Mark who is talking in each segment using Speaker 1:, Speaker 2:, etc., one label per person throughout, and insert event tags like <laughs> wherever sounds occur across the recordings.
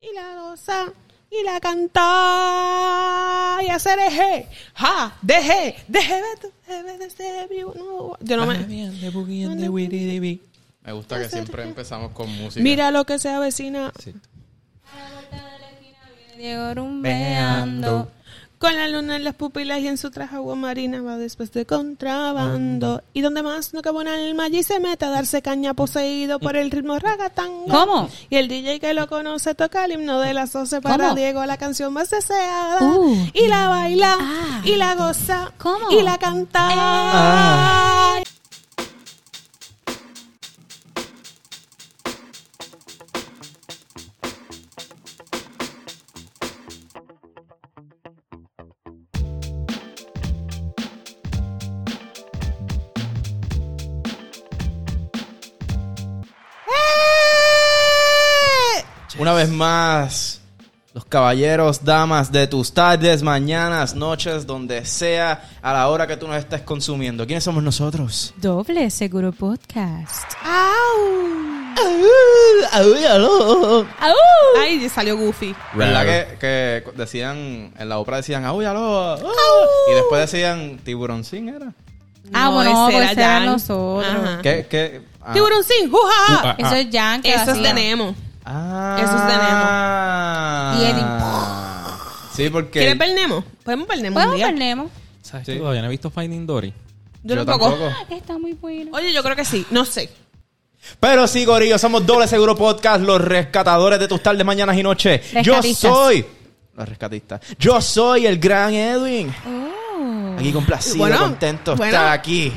Speaker 1: y la goza y la canta y hacer eje, ja, deje, deje de tu, deje de ser vivo. No, yo no me.
Speaker 2: Me gusta que siempre empezamos con música.
Speaker 1: Mira lo que se avecina
Speaker 3: Sí.
Speaker 4: A la vuelta de la esquina viene Diego rumbeando.
Speaker 1: con la luna en las pupilas y en su traje agua marina va después de contrabando. Y donde más no cabe un alma allí se mete a darse caña poseído por el ritmo ragatanga.
Speaker 4: ¿Cómo?
Speaker 1: Y el DJ que lo conoce toca el himno de las 12 para
Speaker 4: ¿Cómo?
Speaker 1: Diego, la canción más deseada.
Speaker 4: Uh.
Speaker 1: y la baila,
Speaker 4: Ah.
Speaker 1: y la goza,
Speaker 4: ¿Cómo? ¡Eh!
Speaker 1: y la canta. ¡Eh!
Speaker 3: Una vez más, los caballeros, damas de tus tardes, mañanas, noches, donde sea, a la hora que tú nos estés consumiendo. ¿Quiénes somos nosotros?
Speaker 4: Doble Seguro Podcast. ¡Au!
Speaker 1: Ay, salió Goofy.
Speaker 3: ¿Verdad que, que decían, en la obra decían, ¡Ay, aló! ah", Y después decían, ¿Tiburoncín era?
Speaker 4: Ah, bueno,
Speaker 1: ese
Speaker 4: pues
Speaker 1: era
Speaker 4: ese eran
Speaker 1: Jan.
Speaker 4: los otros.
Speaker 1: Ajá.
Speaker 3: ¿Qué? qué? Ah.
Speaker 1: Tiburón sin, juja.
Speaker 2: Uh, ah.
Speaker 4: Eso es Jan que
Speaker 1: Esos
Speaker 4: hacía.
Speaker 1: tenemos.
Speaker 3: Ah.
Speaker 1: Esos
Speaker 4: Y el
Speaker 3: Sí, porque...
Speaker 1: ¿Quieres ver Nemo? Podemos ver Nemo un
Speaker 4: Podemos
Speaker 1: día.
Speaker 4: ver Nemo.
Speaker 3: Sí.
Speaker 5: Sí. Todavía no he visto Finding Dory.
Speaker 1: Yo, tampoco.
Speaker 4: Ah, Está muy bueno.
Speaker 1: Oye, yo creo que sí. No sé.
Speaker 3: Pero sí, Gorillo, somos Doble Seguro Podcast, los rescatadores de tus tardes, mañanas y noches. Yo
Speaker 4: Rescatistas.
Speaker 3: soy. Los rescatistas. Yo soy el gran Edwin.
Speaker 4: Oh.
Speaker 3: Aquí complacido,
Speaker 1: Bueno,
Speaker 3: contento de
Speaker 1: bueno.
Speaker 3: estar aquí.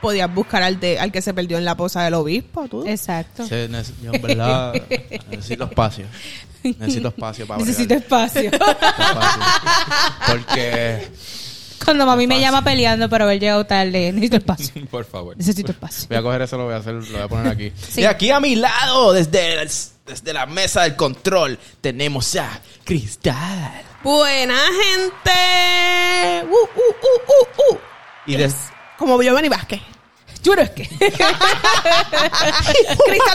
Speaker 1: Podías buscar al, de- al que se perdió en la posa del obispo, tú.
Speaker 4: Exacto.
Speaker 3: yo en verdad necesito espacio. Necesito espacio para
Speaker 4: Necesito espacio.
Speaker 3: Porque
Speaker 4: <laughs> Cuando mami me llama peleando por haber llegado tarde, necesito
Speaker 3: <laughs>
Speaker 4: espacio.
Speaker 2: Por favor.
Speaker 4: Necesito espacio.
Speaker 3: Voy a coger eso, lo voy a hacer, lo voy a poner aquí.
Speaker 4: Sí.
Speaker 3: Y aquí a mi lado, desde, el- desde la mesa del control, tenemos a Cristal.
Speaker 1: Buena gente. Uh, uh, uh, uh, uh.
Speaker 3: Y des-
Speaker 1: Como Giovanni Vázquez.
Speaker 4: Yo no es <laughs> que.
Speaker 1: Cristal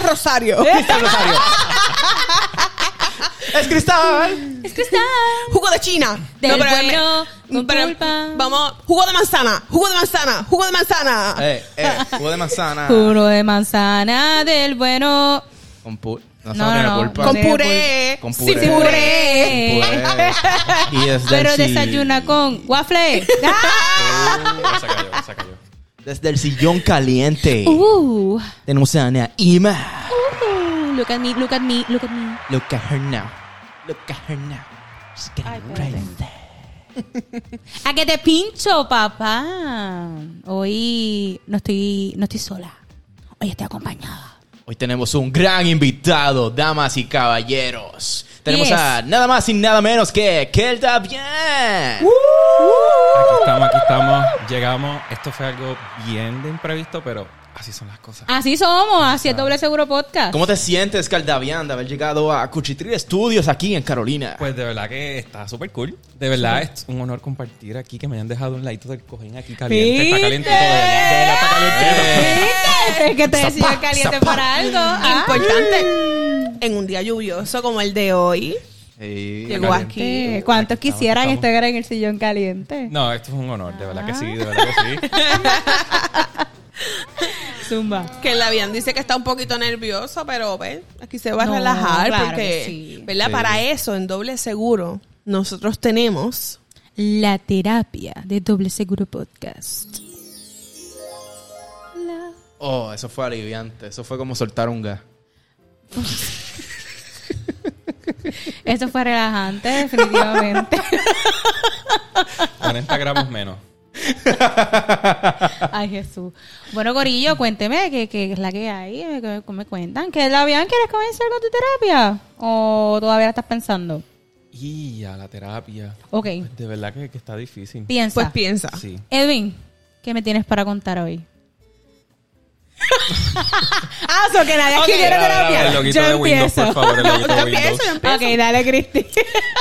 Speaker 1: Rosario.
Speaker 4: Eh.
Speaker 3: Cristal Rosario. ¡Es Cristal!
Speaker 4: Es que está.
Speaker 1: Jugo de China.
Speaker 4: Del
Speaker 1: pero-
Speaker 4: bueno, con
Speaker 1: pero-
Speaker 4: pulpa.
Speaker 1: Vamos. Jugo de manzana. Jugo de manzana. Jugo de manzana.
Speaker 3: Eh, eh, jugo de
Speaker 4: <laughs>
Speaker 3: manzana.
Speaker 4: Puro de manzana del bueno.
Speaker 3: Con pu- No, se
Speaker 4: No,
Speaker 3: tiene
Speaker 4: no, no.
Speaker 3: culpa.
Speaker 1: Con
Speaker 4: Con
Speaker 1: puré.
Speaker 3: Con
Speaker 1: Sin
Speaker 3: puré.
Speaker 1: puré.
Speaker 3: Puré.
Speaker 4: <laughs>
Speaker 3: Y desde
Speaker 4: Pero
Speaker 3: el si-
Speaker 4: desayuna con waffle.
Speaker 2: Uh, se cayó, se cayó.
Speaker 3: Desde el sillón caliente.
Speaker 4: <laughs> Uh,
Speaker 3: Tenemos a Ana Ima.
Speaker 4: uh, look at me, look at me, look at me.
Speaker 3: Look at her now. Look at her now. She's getting right there.
Speaker 4: A que te pincho, papá. Hoy no estoy, no estoy sola. Hoy estoy acompañada.
Speaker 3: Hoy tenemos un gran invitado, damas y caballeros. Tenemos
Speaker 4: Yes.
Speaker 3: a nada más y nada menos que Kelda Bien.
Speaker 4: Uh.
Speaker 5: Aquí estamos, aquí estamos, llegamos. Esto fue algo bien de imprevisto, pero así son las cosas.
Speaker 4: Así somos, así es Doble Seguro Podcast.
Speaker 3: ¿Cómo te sientes, Caldavian, de haber llegado a Cuchitril Studios aquí en Carolina?
Speaker 5: Pues de verdad que está súper cool. De verdad es un honor compartir aquí que me hayan dejado un ladito del cojín aquí caliente. Está calientito, de verdad, de verdad está calientito.
Speaker 4: ¿Viste? Es que te decía caliente para algo. Ah.
Speaker 1: Importante. En un día lluvioso como el de hoy.
Speaker 3: Sí.
Speaker 1: Llegó aquí.
Speaker 4: Eh, ¿Cuántos
Speaker 5: Aquí estamos,
Speaker 4: quisieran
Speaker 5: estamos.
Speaker 4: estar en el sillón caliente?
Speaker 5: No, esto es un honor, de verdad que sí, de verdad que sí.
Speaker 4: Zumba.
Speaker 1: Que la Bian dice que está un poquito nervioso, pero ve, aquí se va a
Speaker 4: No,
Speaker 1: relajar
Speaker 4: claro
Speaker 1: porque,
Speaker 4: que sí.
Speaker 1: ¿verdad? Para eso, en doble seguro, nosotros tenemos
Speaker 4: La terapia de Doble Seguro Podcast.
Speaker 3: Oh, eso fue aliviante. Eso fue como soltar un gas.
Speaker 4: Esto fue relajante,
Speaker 5: <laughs>
Speaker 4: definitivamente.
Speaker 5: 40 gramos menos.
Speaker 4: <laughs> Ay, Jesús. Bueno, Gorillo, cuénteme qué qué es la que hay. eh, ¿Qué qué me cuentan? ¿Que la habían quieres comenzar con tu terapia? ¿O todavía la estás pensando?
Speaker 5: Y a la terapia.
Speaker 4: Ok,
Speaker 5: Pues de verdad que, que está difícil.
Speaker 4: piensa.
Speaker 1: Pues piensa.
Speaker 5: Sí.
Speaker 4: Edwin, ¿qué me tienes para contar hoy? ah, so que nadie
Speaker 1: Ok.
Speaker 4: aquí quiere terapia.
Speaker 5: El loguito
Speaker 4: Yo
Speaker 5: de Windows,
Speaker 4: empiezo.
Speaker 5: por favor, el loguito de
Speaker 1: Yo empiezo,
Speaker 5: Windows.
Speaker 1: yo empiezo.
Speaker 4: Ok, dale, Cristi.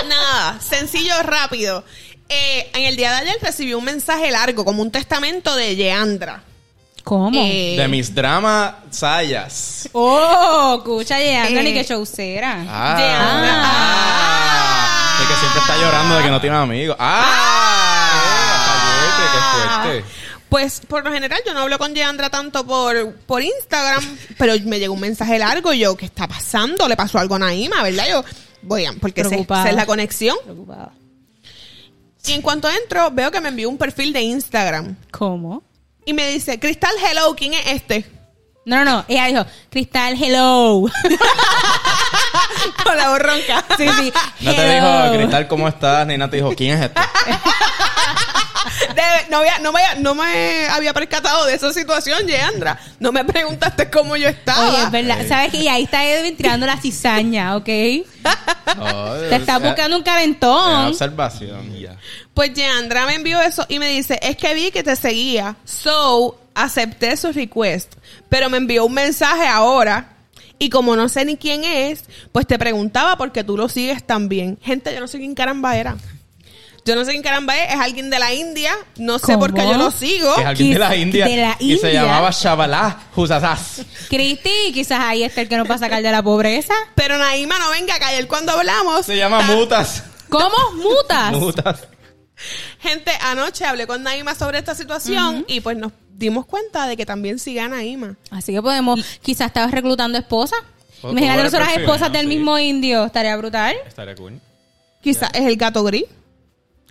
Speaker 1: Nada, sencillo, rápido. Eh, en el día de ayer recibí un mensaje largo, como un testamento de Yeandra.
Speaker 4: <laughs> ¿Cómo?
Speaker 3: De mis dramas sayas.
Speaker 4: Oh, escucha, llegando ni
Speaker 1: Eh.
Speaker 4: que showcera.
Speaker 3: Ah.
Speaker 4: Ah.
Speaker 3: Ah. De que siempre está llorando de que no tiene amigos. Ah.
Speaker 5: Ah, qué fuerte.
Speaker 1: Pues por lo general yo no hablo con Yeandra tanto por, por Instagram, pero me llegó un mensaje largo y yo, ¿qué está pasando? Le pasó algo a Naima, ¿verdad? Yo, voy a, porque esa es-
Speaker 4: Preocupada.
Speaker 1: esa es la conexión.
Speaker 4: Preocupada.
Speaker 1: Y en cuanto entro, veo que me envió un perfil de Instagram.
Speaker 4: ¿Cómo?
Speaker 1: Y me dice, Cristal, hello, ¿quién es este? <laughs>
Speaker 4: No, no, no. Ella dijo, Cristal, hello.
Speaker 1: Con la voz ronca.
Speaker 4: Sí,
Speaker 1: <laughs>
Speaker 4: sí.
Speaker 3: No te
Speaker 4: hello.
Speaker 3: dijo, Cristal, ¿cómo estás? Ni nada te dijo, ¿quién es este?
Speaker 1: De- no, había- no, me, no me había percatado de esa situación, Yeandra. No me preguntaste cómo yo estaba.
Speaker 4: Oye, es verdad.
Speaker 3: Ey.
Speaker 4: ¿Sabes que Y ahí está Edwin tirando la cizaña, ¿ok? <laughs> Te
Speaker 3: Te
Speaker 4: está buscando un
Speaker 3: una
Speaker 4: calentón.
Speaker 3: Oh, observación.
Speaker 1: Pues Yandra me envió eso y me dice, es que vi que te seguía. So, acepté su request. Pero me envió un mensaje ahora. Y como no sé ni quién es, pues te preguntaba porque tú lo sigues también. Gente, yo no sé quién caramba era. Yo no sé quién caramba es. Es alguien de la India. No sé por qué
Speaker 4: ¿Cómo?
Speaker 1: yo lo sigo.
Speaker 3: Que es alguien de la
Speaker 4: Quis-
Speaker 3: India.
Speaker 4: de la
Speaker 3: Y se
Speaker 4: India.
Speaker 3: llamaba Shabalá Husasas.
Speaker 4: Cristi, quizás ahí está el que nos va a sacar de la pobreza.
Speaker 1: Pero Naima no venga, que ayer cuando hablamos...
Speaker 3: Se
Speaker 4: Ah.
Speaker 3: llama
Speaker 1: ta-
Speaker 3: Mutas.
Speaker 4: ¿Cómo? Mutas.
Speaker 3: Mutas.
Speaker 1: Gente, anoche hablé con Naima sobre esta situación y pues nos dimos cuenta de que también sigue a Naima.
Speaker 4: Así que podemos, quizás estabas reclutando esposas.
Speaker 5: Puedo-
Speaker 4: Imagínate
Speaker 5: puedo ver el
Speaker 4: nosotras
Speaker 5: perfil,
Speaker 4: esposas
Speaker 5: ¿no?
Speaker 4: del
Speaker 5: Sí.
Speaker 4: mismo indio, estaría brutal.
Speaker 5: Estaría cool.
Speaker 1: Quizás es el gato gris.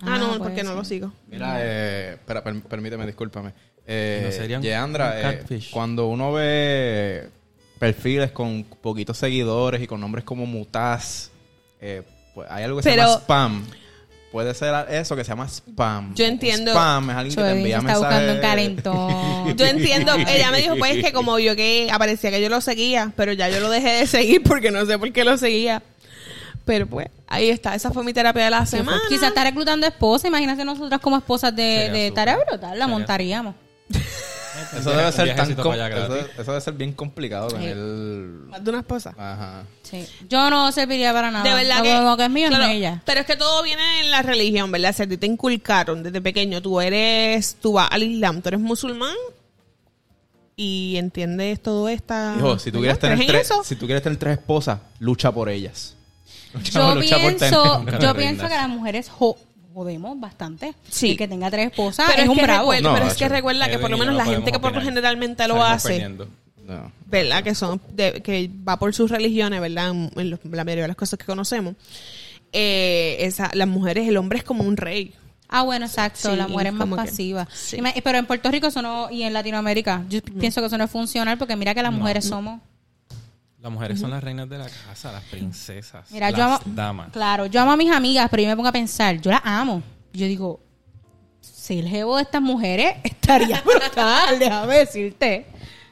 Speaker 1: Ah,
Speaker 4: Ah,
Speaker 1: no,
Speaker 4: puede
Speaker 1: porque no
Speaker 4: ser.
Speaker 1: lo sigo.
Speaker 3: Mira, eh, espera, per- permíteme, discúlpame. Eh,
Speaker 5: Mm. No serían
Speaker 3: Yeandra,
Speaker 5: un
Speaker 3: eh,
Speaker 5: catfish.
Speaker 3: cuando uno ve perfiles con poquitos seguidores y con nombres como Mutas, eh, pues hay algo que se
Speaker 1: Pero-
Speaker 3: llama spam. Puede ser eso que se llama spam.
Speaker 1: Yo entiendo.
Speaker 3: Spam es alguien que te
Speaker 4: Chuevín
Speaker 3: envía
Speaker 4: está buscando un
Speaker 1: <laughs>
Speaker 3: mensajes.
Speaker 4: calentón.
Speaker 1: Yo entiendo, ella me dijo, pues es que como vio que aparecía que yo lo seguía, pero ya yo lo dejé de seguir <laughs> porque no sé por qué lo seguía. Pero pues, ahí está, esa fue mi terapia de la
Speaker 4: Sí,
Speaker 1: semana.
Speaker 4: pues, Quizás está reclutando esposas. Imagínate nosotras como esposas de,
Speaker 5: Sería
Speaker 4: de
Speaker 5: súper.
Speaker 4: tarea brutal, la
Speaker 5: Sería-
Speaker 4: montaríamos.
Speaker 3: <laughs> Eso debe
Speaker 5: Un
Speaker 3: ser tan
Speaker 5: viajecito
Speaker 3: com-
Speaker 5: para allá
Speaker 3: eso,
Speaker 5: gratis.
Speaker 3: eso debe ser bien complicado
Speaker 4: Sí.
Speaker 3: tener.
Speaker 1: Más de una esposa.
Speaker 3: Ajá.
Speaker 4: Sí. Yo no serviría para nada.
Speaker 1: De verdad
Speaker 4: Lo
Speaker 1: Ah, que,
Speaker 4: como es mío, no
Speaker 1: claro,
Speaker 4: es ella.
Speaker 1: Pero es que todo viene en la religión, ¿verdad? Si a ti te inculcaron desde pequeño, tú eres, tú vas al Islam, tú eres musulmán y entiendes todo esta...
Speaker 3: Hijo, si tú,
Speaker 1: ¿verdad?
Speaker 3: quieres tener
Speaker 1: ¿Crees pues en
Speaker 3: tres,
Speaker 1: eso?
Speaker 3: si tú quieres tener tres esposas, lucha por ellas. Lucha
Speaker 4: Yo
Speaker 3: lucha por tener-
Speaker 4: pienso,
Speaker 3: nunca te
Speaker 4: yo
Speaker 3: rindas.
Speaker 4: pienso que las mujeres jo- jodemos bastante.
Speaker 1: Sí.
Speaker 4: Y que tenga tres esposas
Speaker 1: pero
Speaker 4: es,
Speaker 1: es,
Speaker 4: un
Speaker 1: que
Speaker 4: bravo.
Speaker 1: recuerda,
Speaker 3: No, ah,
Speaker 1: pero es que
Speaker 3: Nacho,
Speaker 1: recuerda que por lo
Speaker 5: Edwin y yo
Speaker 1: menos la
Speaker 5: no
Speaker 1: gente
Speaker 5: podemos
Speaker 1: que por lo
Speaker 5: opinar.
Speaker 1: generalmente lo
Speaker 5: Salimos
Speaker 1: hace,
Speaker 5: perdiendo.
Speaker 3: No.
Speaker 1: ¿verdad? Que son de- que va por sus religiones, ¿verdad? En, en los- la mayoría de las cosas que conocemos. eh, esa, las mujeres, el hombre es como un rey.
Speaker 4: Ah, bueno, exacto.
Speaker 1: Sí,
Speaker 4: la mujer es más
Speaker 1: como que-
Speaker 4: pasiva.
Speaker 1: sí. Mm.
Speaker 4: Y me- Pero en Puerto Rico eso no, y en Latinoamérica, yo pienso que eso no es funcional porque mira que las mujeres somos.
Speaker 5: Las mujeres son las reinas de la casa, las princesas,
Speaker 4: Mira,
Speaker 5: las
Speaker 4: yo amo.
Speaker 5: damas.
Speaker 4: Claro, yo amo a mis amigas, pero yo me pongo a pensar, yo las amo. Yo digo, si el jevo de estas mujeres <laughs> estaría brutal, déjame
Speaker 5: <laughs>
Speaker 4: decirte.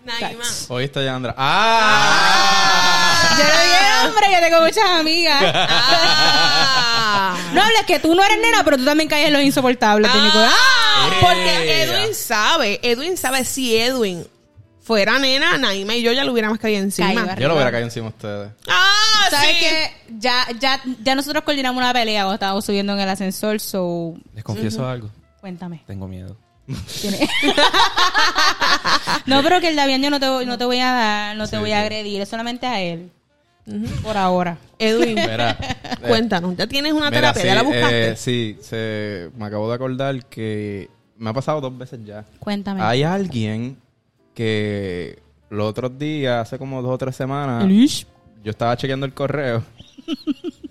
Speaker 1: Naima. <laughs>
Speaker 3: Oíste, Yandra. ¡Ah!
Speaker 4: Yo no digo, hombre, yo tengo muchas
Speaker 5: <laughs>
Speaker 4: amigas. No hables que tú no eres nena, pero tú también caes en los insoportables.
Speaker 1: Ah,
Speaker 4: Tínico. ¡Ah!
Speaker 1: porque
Speaker 3: Eh.
Speaker 1: Edwin sabe, Edwin sabe si Edwin fuera nena, Naima y yo ya lo hubiéramos caído encima.
Speaker 4: Caído.
Speaker 3: Yo lo hubiera caído encima de ustedes.
Speaker 1: Ah,
Speaker 4: ¿Sabes
Speaker 1: sí.
Speaker 4: qué? Ya, ya, ya nosotros coordinamos una pelea cuando estábamos subiendo en el ascensor, so
Speaker 5: Les confieso algo.
Speaker 4: cuéntame.
Speaker 5: Tengo miedo.
Speaker 4: Tiene-
Speaker 1: Ah.
Speaker 4: no, pero que el de avión yo no te, voy- no te voy a dar, no te voy a agredir, es solamente a él. Por ahora.
Speaker 1: Edwin,
Speaker 3: <laughs> Mira, eh,
Speaker 1: cuéntanos, ya tienes una
Speaker 3: mira,
Speaker 1: terapia, ya la
Speaker 3: sí,
Speaker 1: buscaste.
Speaker 3: eh, sí, se, me acabo de acordar que me ha pasado dos veces ya.
Speaker 4: Cuéntame.
Speaker 3: Hay alguien que los otros días, hace como dos o tres semanas, yo estaba chequeando el correo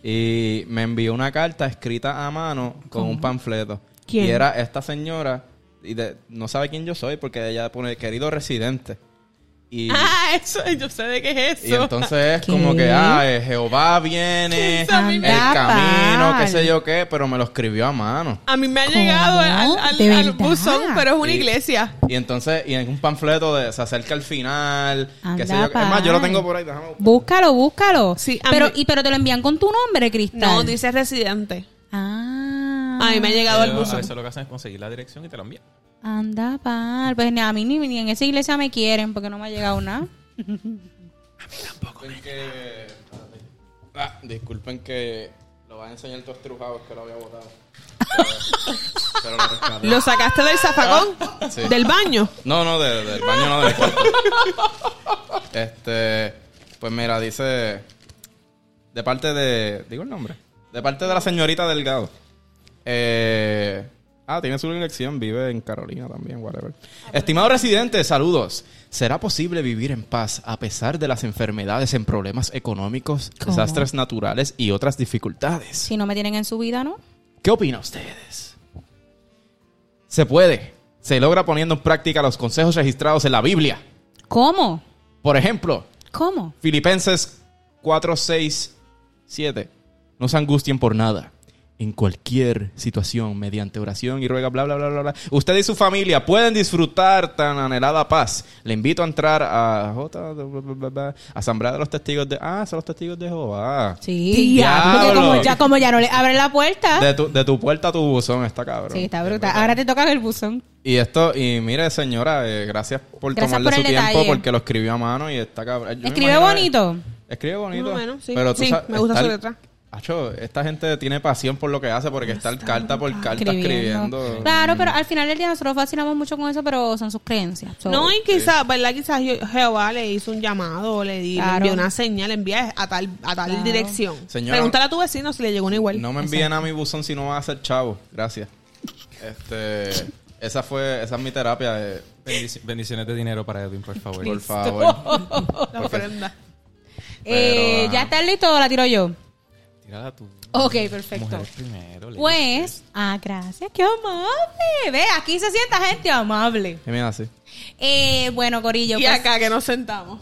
Speaker 3: y me envió una carta escrita a mano con un panfleto.
Speaker 1: ¿Quién?
Speaker 3: Y era esta señora, y de- no sabe quién yo soy porque ella pone querido residente. Y,
Speaker 1: Ah, eso, yo sé de qué es eso.
Speaker 3: Y entonces es
Speaker 4: ¿Qué?
Speaker 3: como que, ah, eh,
Speaker 1: <laughs>
Speaker 3: Jehová viene, el
Speaker 1: Eso a mí me-
Speaker 3: camino, qué
Speaker 4: pal.
Speaker 3: sé yo qué, pero me lo escribió a mano.
Speaker 1: a mí me ha
Speaker 4: ¿Cómo?
Speaker 1: llegado al, al,
Speaker 4: ¿De
Speaker 1: al
Speaker 4: verdad?
Speaker 1: buzón, pero es una
Speaker 3: Sí.
Speaker 1: iglesia.
Speaker 3: Y entonces, y en un panfleto de se acerca al final, qué sé
Speaker 4: Anda
Speaker 3: yo qué. Es más, yo lo
Speaker 4: pal.
Speaker 3: tengo por ahí, déjame buscar.
Speaker 4: Búscalo, búscalo.
Speaker 1: Sí, a
Speaker 4: pero,
Speaker 1: mí-
Speaker 4: y, pero te lo envían con tu nombre, Cristal.
Speaker 1: No, dice residente.
Speaker 4: Ah.
Speaker 1: A mí me ha llegado al
Speaker 5: Ellos A
Speaker 1: buzón.
Speaker 5: veces lo que hacen es conseguir la dirección y te la envían.
Speaker 4: Anda, pal. Pues ni a mí ni, ni en esa iglesia me quieren porque no me ha llegado nada.
Speaker 3: Disculpen que...
Speaker 4: <laughs>
Speaker 3: Ah, disculpen que lo vas a enseñar todo estrujado, es que lo había botado. Pero lo rescaté.
Speaker 1: ¿Lo sacaste del zafacón?
Speaker 3: Ah. sí.
Speaker 1: ¿Del baño?
Speaker 3: No, no, de- del baño no del cuarto. Este, pues mira, dice de parte de, digo el nombre, de parte de la señorita Delgado. Eh, ah, tiene su elección, vive en Carolina también, whatever. Estimado residente, saludos. ¿Será posible vivir en paz a pesar de las enfermedades en problemas económicos,
Speaker 4: ¿Cómo?
Speaker 3: desastres naturales y otras dificultades?
Speaker 4: Si no me tienen en su vida, ¿no?
Speaker 3: ¿Qué opinan ustedes? Se puede. Se logra poniendo en práctica los consejos registrados en la Biblia.
Speaker 4: ¿Cómo?
Speaker 3: Por ejemplo,
Speaker 4: ¿Cómo?
Speaker 3: Filipenses 4, 6, 7. No se angustien por nada. En cualquier situación, mediante oración y ruega, bla, bla, bla, bla, bla. Usted y su familia pueden disfrutar tan anhelada paz. Le invito a entrar a J, bla, bla, bla, bla, Asamblea de los Testigos de... Ah, son los Testigos de Jehová.
Speaker 4: Sí,
Speaker 3: Diablo.
Speaker 4: porque como ya, como ya no le abren la puerta.
Speaker 3: De tu, de tu puerta a tu buzón, está cabrón.
Speaker 4: Sí, está brutal. Ahora te toca el buzón.
Speaker 3: Y esto, y mire, señora, eh, gracias por
Speaker 4: Gracias
Speaker 3: tomarle
Speaker 4: por el
Speaker 3: su tiempo
Speaker 4: detalle.
Speaker 3: porque lo escribió a mano y está cabrón. Yo me
Speaker 4: Escribe
Speaker 3: imagino-
Speaker 4: bonito.
Speaker 3: Escribe bonito.
Speaker 1: Más o menos, sí.
Speaker 3: Pero tú
Speaker 1: Sí,
Speaker 3: sabes,
Speaker 1: me gusta su
Speaker 3: estar-
Speaker 1: letra.
Speaker 3: Acho, esta gente tiene pasión por lo que hace porque está carta por carta
Speaker 4: Escribiendo.
Speaker 3: escribiendo.
Speaker 4: Claro, pero al final del día nosotros fascinamos mucho con eso, pero son sus creencias. So,
Speaker 1: No, y quizás, ¿verdad? Quizás Je- Jehová le hizo un llamado, le, di, le
Speaker 4: Claro.
Speaker 1: envió una señal, le envía a tal, a tal
Speaker 4: Claro.
Speaker 1: dirección.
Speaker 3: Señora-
Speaker 1: Pregúntale a tu vecino si le llegó una igual.
Speaker 3: No me envíen a mi buzón si no van a ser chavo. Gracias. Este, esa fue, esa es mi terapia. eh,
Speaker 5: Bendici- bendiciones de dinero para Edwin, por favor.
Speaker 3: por favor.
Speaker 1: <laughs> La ofrenda.
Speaker 4: eh,
Speaker 3: pero,
Speaker 4: ya
Speaker 3: ah.
Speaker 4: está listo, la tiro yo.
Speaker 5: Tírala tú.
Speaker 4: Ok, perfecto.
Speaker 5: Mujeres primero. ladies
Speaker 4: Pues, ah, gracias, qué amable. Ve, aquí se sienta gente amable.
Speaker 3: Y mira <laughs> así.
Speaker 4: Eh, bueno, Corillo,
Speaker 1: Y
Speaker 4: pues,
Speaker 1: acá que nos sentamos.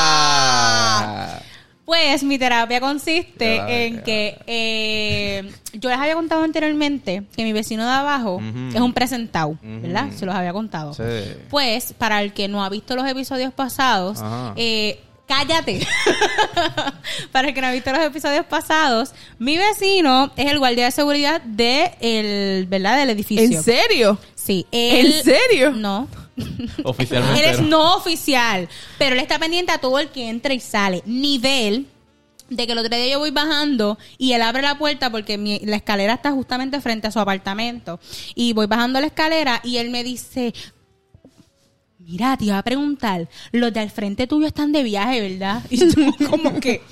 Speaker 3: ah.
Speaker 4: pues, mi terapia consiste
Speaker 3: Ya,
Speaker 4: en
Speaker 3: ya.
Speaker 4: que eh, yo les había contado anteriormente que mi vecino de abajo
Speaker 3: Ujú.
Speaker 4: es un presentado, ¿verdad?
Speaker 3: Ujú.
Speaker 4: Se los había contado.
Speaker 3: Sí.
Speaker 4: Pues, para el que no ha visto los episodios pasados,
Speaker 3: Ajá.
Speaker 4: eh, cállate. <laughs> para el que no ha visto los episodios pasados, mi vecino es el guardia de seguridad de el, ¿verdad? del edificio.
Speaker 1: ¿En serio?
Speaker 4: Sí. él-
Speaker 1: ¿En serio?
Speaker 4: No.
Speaker 3: Oficialmente.
Speaker 4: Él es
Speaker 3: no.
Speaker 4: no oficial, pero él está pendiente a todo el que entra y sale. Nivel de que el otro día yo voy bajando y él abre la puerta porque mi- la escalera está justamente frente a su apartamento. Y voy bajando la escalera y él me dice, mira, te iba a preguntar, los del frente tuyo están de viaje, ¿verdad? <laughs> Y yo como que...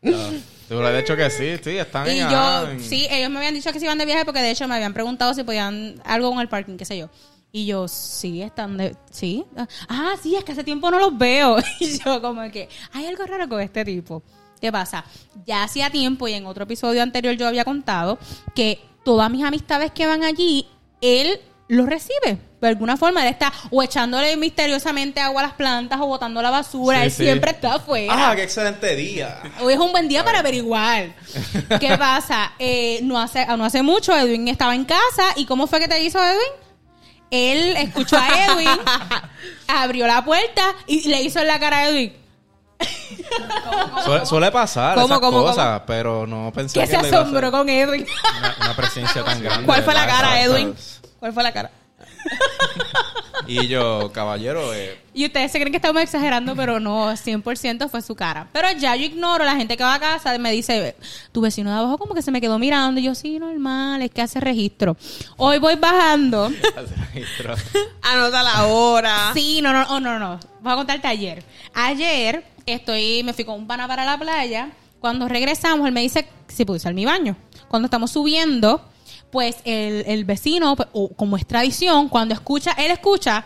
Speaker 3: Te hubiera dicho que sí, sí, están
Speaker 4: Y
Speaker 3: en-
Speaker 4: yo,
Speaker 3: ah, en-
Speaker 4: sí, ellos me habían dicho que se iban de viaje porque de hecho me habían preguntado si podían algo con el parking, qué sé yo. Y yo, sí, están de. Sí. Ah, sí, es que hace tiempo no los veo. <laughs> Y yo, como que, hay algo raro con este tipo. ¿Qué pasa? Ya hacía tiempo y en otro episodio anterior yo había contado que todas mis amistades que van allí, él los recibe. De alguna forma, él está o echándole misteriosamente agua a las plantas o botando la basura.
Speaker 3: Sí,
Speaker 4: él
Speaker 3: sí.
Speaker 4: siempre está afuera.
Speaker 3: Ah, qué excelente día.
Speaker 4: Hoy es un buen día para averiguar. ¿Qué pasa? Eh, no, hace, no hace mucho Edwin estaba en casa. ¿Y cómo fue que te hizo Edwin? Él escuchó a Edwin, abrió la puerta y le hizo en la cara a Edwin.
Speaker 3: Suele, suele pasar
Speaker 4: ¿Cómo,
Speaker 3: esas
Speaker 4: cómo,
Speaker 3: cosas, pero no pensé
Speaker 4: Que se
Speaker 3: le iba a
Speaker 4: asombró
Speaker 3: hacer.
Speaker 4: con Edwin.
Speaker 5: first. Una, una presencia tan
Speaker 4: <laughs>
Speaker 5: grande.
Speaker 1: ¿Cuál fue la
Speaker 5: ¿verdad? <laughs>
Speaker 1: cara,
Speaker 5: Exacto.
Speaker 1: Edwin? ¿Cuál fue la cara?
Speaker 3: Y yo, caballero, eh,
Speaker 4: Y ustedes se creen que estamos exagerando, pero no, 100% fue su cara. Pero ya yo ignoro, la gente que va a casa me dice, tu vecino de abajo como que se me quedó mirando. Y yo, sí, normal, es que hace registro. Hoy voy bajando.
Speaker 1: Anota la
Speaker 4: <laughs>
Speaker 1: hora.
Speaker 4: Sí, no, no, oh, no, no. Voy a contarte ayer. Ayer estoy, me fui con un pana para la playa. Cuando regresamos, él me dice si puedo usar mi baño. Cuando estamos subiendo, pues el, el vecino, pues, o como es tradición, cuando escucha, él escucha,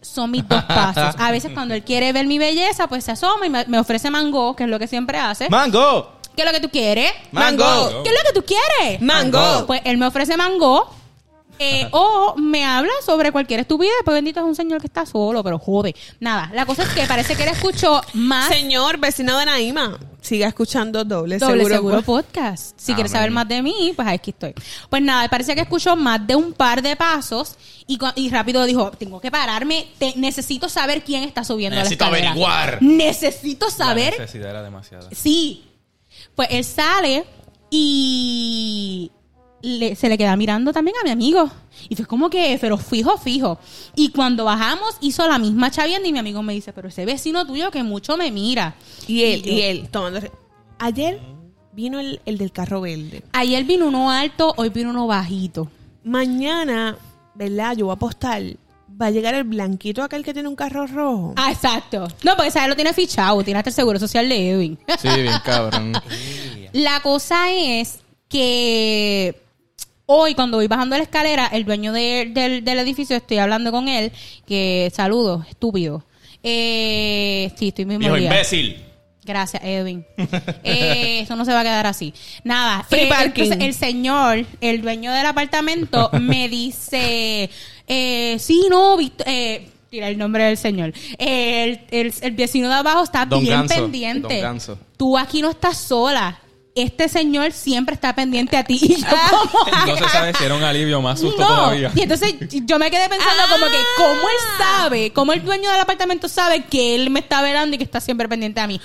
Speaker 4: son mis dos pasos. A veces cuando él quiere ver mi belleza, pues se asoma y me, me ofrece mango, que es lo que siempre hace.
Speaker 3: ¡Mango!
Speaker 4: ¿Qué es lo que tú quieres?
Speaker 1: Mango.
Speaker 4: ¿Qué es lo que tú quieres?
Speaker 1: Mango.
Speaker 4: Pues él me ofrece mango. eh, o me habla sobre cualquier estupidez, pues bendito es un señor que está solo, pero jode. Nada, la cosa es que parece que él escuchó más
Speaker 1: Señor, vecino de Naima, siga escuchando doble,
Speaker 4: Doble Seguro,
Speaker 1: seguro.
Speaker 4: Podcast. Si quieres
Speaker 3: Amén.
Speaker 4: saber más de mí, pues aquí estoy. Pues nada, parece que escuchó más de un par de pasos y, cu- y rápido dijo, tengo que pararme, te- necesito saber quién está subiendo
Speaker 3: Necesito
Speaker 4: la escalera.
Speaker 3: averiguar.
Speaker 4: Necesito
Speaker 5: La
Speaker 4: saber
Speaker 5: necesidad era demasiada.
Speaker 4: Sí. Pues él sale y le- se le queda mirando también a mi amigo. Y fue como que, pero fijo, fijo. Y cuando bajamos, hizo la misma chavienda y mi amigo me dice, pero ese vecino tuyo que mucho me mira.
Speaker 1: Y él,
Speaker 4: yo,
Speaker 1: y él, tomando. Ayer vino el, el del carro verde.
Speaker 4: Ayer vino uno alto, hoy vino uno bajito.
Speaker 1: Mañana, ¿verdad? Yo voy a apostar. Va a llegar el blanquito aquel que tiene un carro rojo.
Speaker 4: Ah, exacto. No, porque sabes, lo tiene fichado, tiene hasta el seguro social de Edwin.
Speaker 3: Sí, bien cabrón.
Speaker 4: <laughs> La cosa es que hoy, cuando voy bajando la escalera, el dueño de- del, del edificio, estoy hablando con él, que saludos, estúpido. Eh, sí, estoy muy
Speaker 2: Dijo,
Speaker 4: molida.
Speaker 2: imbécil.
Speaker 4: Gracias, Edwin. Eh, eso no se va a quedar así. Nada.
Speaker 1: Free
Speaker 4: eh,
Speaker 1: parking.
Speaker 4: entonces, el señor, el dueño del apartamento, me dice, eh, sí, no, Vict- eh, tira el nombre del señor. Eh, el, el- el vecino de abajo está
Speaker 2: Don
Speaker 4: bien
Speaker 2: Ganso,
Speaker 4: pendiente.
Speaker 3: Don Ganso.
Speaker 4: Tú aquí no estás sola. Este señor siempre está pendiente a ti. <laughs> Y yo, ¿cómo?
Speaker 5: <laughs> No se sabe si era un alivio o más susto
Speaker 4: No.
Speaker 5: todavía.
Speaker 4: Y entonces yo me quedé pensando como que,
Speaker 1: Ah.
Speaker 4: ¿cómo él sabe? ¿Cómo el dueño del apartamento sabe que él me está velando y que está siempre pendiente a mí?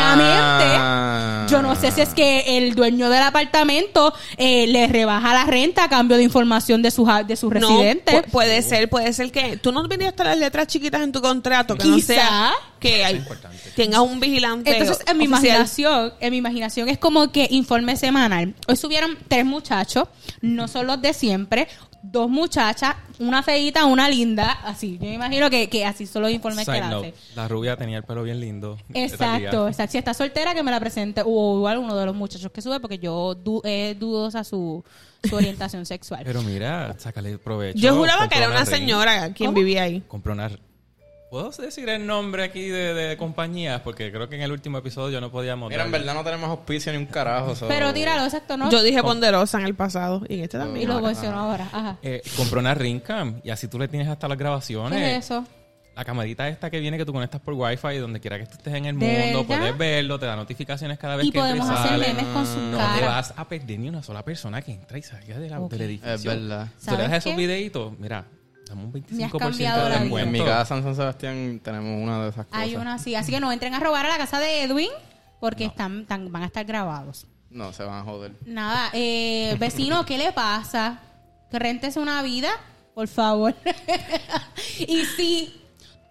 Speaker 4: Obviamente.
Speaker 3: Ah.
Speaker 4: Yo no sé si es que el dueño del apartamento eh, le rebaja la renta a cambio de información de sus, a- de sus
Speaker 1: No,
Speaker 4: residentes.
Speaker 1: pu- pues, puede ser, puede ser que tú no tenías hasta las letras chiquitas en tu contrato, que no
Speaker 4: Quizá.
Speaker 1: sea que hay- tengas un vigilante.
Speaker 4: Entonces, en mi
Speaker 1: oficial.
Speaker 4: imaginación, en mi imaginación es como que informe semanal. Hoy subieron tres muchachos, no son los de siempre, dos muchachas, una feita, una linda, así. Yo me imagino que, que así son los informes
Speaker 5: Side
Speaker 4: que él
Speaker 5: note,
Speaker 4: hace.
Speaker 5: la rubia tenía el pelo bien lindo.
Speaker 4: Exacto, exacto. Si está soltera, que me la presente. O igual uno de los muchachos que sube, porque yo du eh, dudosa su, su orientación <laughs> sexual.
Speaker 5: Pero mira, sácale provecho.
Speaker 1: Yo juraba que
Speaker 5: Compró
Speaker 1: era una
Speaker 5: ring.
Speaker 1: señora quien
Speaker 4: ¿Cómo?
Speaker 1: vivía ahí.
Speaker 5: Compró una... ¿Puedo decir el nombre aquí de, de compañías? Porque creo que en el último episodio yo no podíamos...
Speaker 3: Mira, en
Speaker 5: darle.
Speaker 3: verdad no tenemos auspicio ni un carajo. so-
Speaker 4: Pero tíralo, exacto, ¿no?
Speaker 1: Yo dije ponderosa en el pasado y en este
Speaker 4: y
Speaker 1: también.
Speaker 4: lo menciono ahora. Ajá.
Speaker 5: Eh, compró una Ringcam y así tú le tienes hasta las grabaciones.
Speaker 4: ¿Qué es eso?
Speaker 5: La camarita esta que viene que tú conectas por wifi y donde quiera que tú estés en el
Speaker 4: ¿De
Speaker 5: mundo,
Speaker 4: verdad?
Speaker 5: puedes verlo, te da notificaciones cada vez
Speaker 4: Y
Speaker 5: que entra y
Speaker 4: podemos hacer
Speaker 5: sale.
Speaker 4: memes con su
Speaker 5: No te
Speaker 4: cara.
Speaker 5: vas a perder ni una sola persona que entra y salga de la,
Speaker 4: Ok.
Speaker 5: del edificio.
Speaker 3: Es verdad.
Speaker 5: Tú le
Speaker 4: ¿Sabes
Speaker 5: das esos
Speaker 4: qué?
Speaker 5: videitos, mira, dame un 25%
Speaker 4: Me has cambiado
Speaker 5: de
Speaker 4: la vida.
Speaker 5: descuento.
Speaker 3: En mi casa en San Sebastián tenemos una de esas cosas.
Speaker 4: Hay una así. Así que no entren a robar a la casa de Edwin, porque están, tan- van a estar grabados.
Speaker 3: No, se van a joder.
Speaker 4: Nada, eh, vecino, ¿qué le pasa? Que rentes una vida, por favor. <laughs> y sí,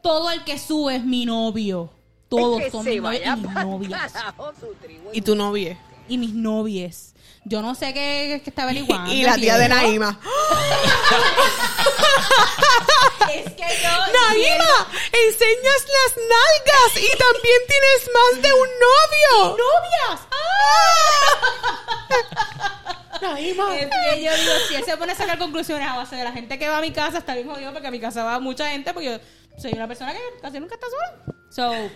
Speaker 4: todo el que sube es mi novio. Todos
Speaker 6: que
Speaker 4: son
Speaker 6: se
Speaker 4: mis novios
Speaker 6: vaya
Speaker 4: y mis
Speaker 6: pa'l
Speaker 4: novias.
Speaker 6: carajo su tribu.
Speaker 1: Y tu novia.
Speaker 4: Y mis novies. Yo no sé qué, qué está averiguando.
Speaker 1: Y la tía de
Speaker 4: Diego.
Speaker 1: Naima.
Speaker 4: Es que yo.
Speaker 1: ¡Naima! ¡Enseñas las nalgas! ¡Y también tienes más de un novio!
Speaker 4: ¡Novias!
Speaker 6: ¡Ah!
Speaker 1: ¡Naima!
Speaker 4: Es que yo digo, si él se pone a sacar conclusiones a base de la gente que va a mi casa, está bien jodido porque a mi casa va mucha gente porque yo soy una persona que casi nunca está sola. So,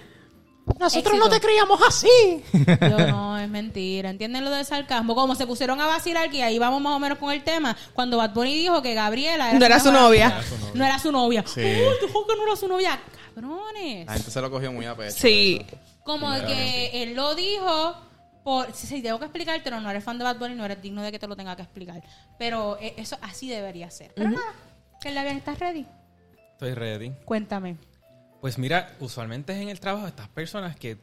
Speaker 4: Nosotros no te
Speaker 1: creíamos así.
Speaker 4: yo no, es mentira. ¿Entienden lo del sarcasmo? Como se pusieron a vacilar, que ahí vamos más o menos con el tema, cuando Bad Bunny dijo que Gabriela
Speaker 1: No era su novia.
Speaker 4: No era su novia. Uy, dijo que no era su novia. Cabrones.
Speaker 3: La gente se lo cogió muy a pecho.
Speaker 1: Ah, Sí.
Speaker 4: Como que él lo dijo por si si tengo que explicártelo, no eres fan de Bad Bunny, no eres digno de que te lo tenga que explicar. Pero eh, eso así debería ser. Pero nada, que la bien estás ready.
Speaker 5: Estoy ready.
Speaker 4: Cuéntame.
Speaker 5: Pues mira, usualmente es en el trabajo estas personas que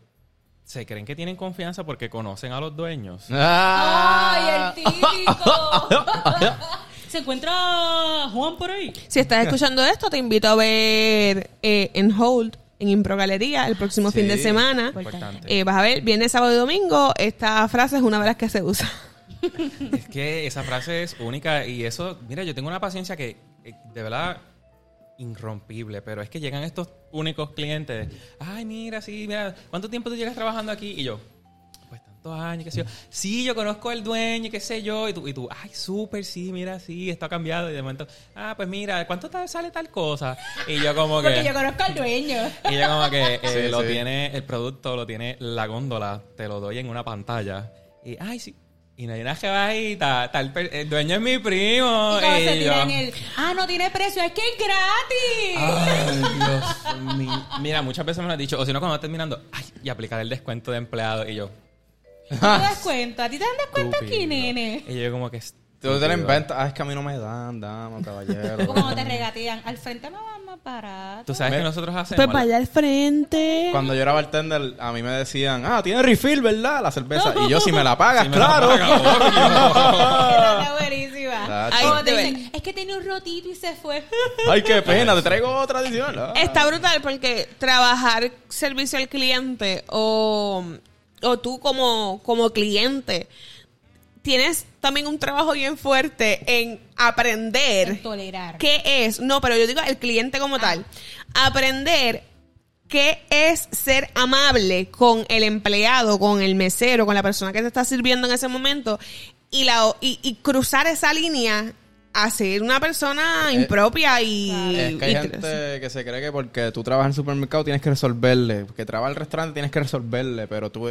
Speaker 5: se creen que tienen confianza porque conocen a los dueños.
Speaker 3: Ah.
Speaker 4: ¡Ay, el típico! <laughs> ¿Se encuentra Juan por ahí?
Speaker 1: Si estás escuchando esto, te invito a ver eh, en Hold, en Impro Galería, el próximo
Speaker 3: Sí.
Speaker 1: fin de semana.
Speaker 5: Importante.
Speaker 1: Eh, vas a ver, viernes, sábado y domingo, esta frase es una de las que se usa.
Speaker 5: Es que esa frase es única y eso, mira, yo tengo una paciencia que eh, de verdad irrompible, pero es que llegan estos únicos clientes. Ay, mira, sí, mira, ¿cuánto tiempo tú llegas trabajando aquí? Y yo, pues tantos años, qué sé yo. Sí, yo conozco al dueño, qué sé yo. Y tú, y tú ay, súper, sí, mira, sí, está cambiado. Y de momento, ah, pues mira, ¿cuánto te sale tal cosa? Y yo como que...
Speaker 4: Porque yo conozco al dueño.
Speaker 5: Y ella como que eh,
Speaker 3: Sí,
Speaker 5: lo
Speaker 3: sí.
Speaker 5: tiene, el producto lo tiene la góndola, te lo doy en una pantalla. Y, ay, sí. Y no hay una jebajita, tal, per- el dueño es mi
Speaker 4: Y
Speaker 5: primo.
Speaker 4: cuando se
Speaker 5: Y
Speaker 4: tiran
Speaker 5: yo,
Speaker 4: el. Ah, no tiene precio, es que es gratis.
Speaker 5: Ay, Dios mío. Mira, muchas veces me lo han dicho, o si no, cuando va terminando, ay, y aplicar el descuento de empleado. Y yo,
Speaker 4: ¿Tú te das cuenta? ¿A ti te dan descuento aquí,
Speaker 5: estúpido.
Speaker 4: nene?
Speaker 5: Y yo como que...
Speaker 3: Tú te
Speaker 5: estúpido.
Speaker 3: la inventas. Ah, es que a mí no me dan, dama, caballero.
Speaker 4: O Como te regatean. Al frente me van más barato.
Speaker 5: Tú sabes
Speaker 3: Me-
Speaker 5: que nosotros hacemos...
Speaker 1: Pues vaya al frente.
Speaker 3: Cuando yo era bartender, a mí me decían, ah, tiene refill, ¿verdad? La cerveza. Y yo, <laughs> si me la pagas, claro.
Speaker 5: <laughs>
Speaker 4: Esa está buenísima.
Speaker 3: Ay,
Speaker 4: Como te
Speaker 1: de
Speaker 4: dicen, es que tenía un rotito y se fue.
Speaker 3: Ay, qué pena, te traigo otra adicional. Ah.
Speaker 1: Está brutal porque trabajar servicio al cliente o o tú como, como cliente, tienes también un trabajo bien fuerte en aprender
Speaker 4: Tolerar.
Speaker 1: qué es, no, pero yo digo el cliente como tal, aprender qué es ser amable con el empleado, con el mesero, con la persona que te está sirviendo en ese momento y, la, y, y cruzar esa línea a ser una persona impropia y...
Speaker 3: Eh, Es que hay
Speaker 1: y-
Speaker 3: gente que se cree que porque tú trabajas en supermercado tienes que resolverle, porque trabajas en el restaurante tienes que resolverle, pero tú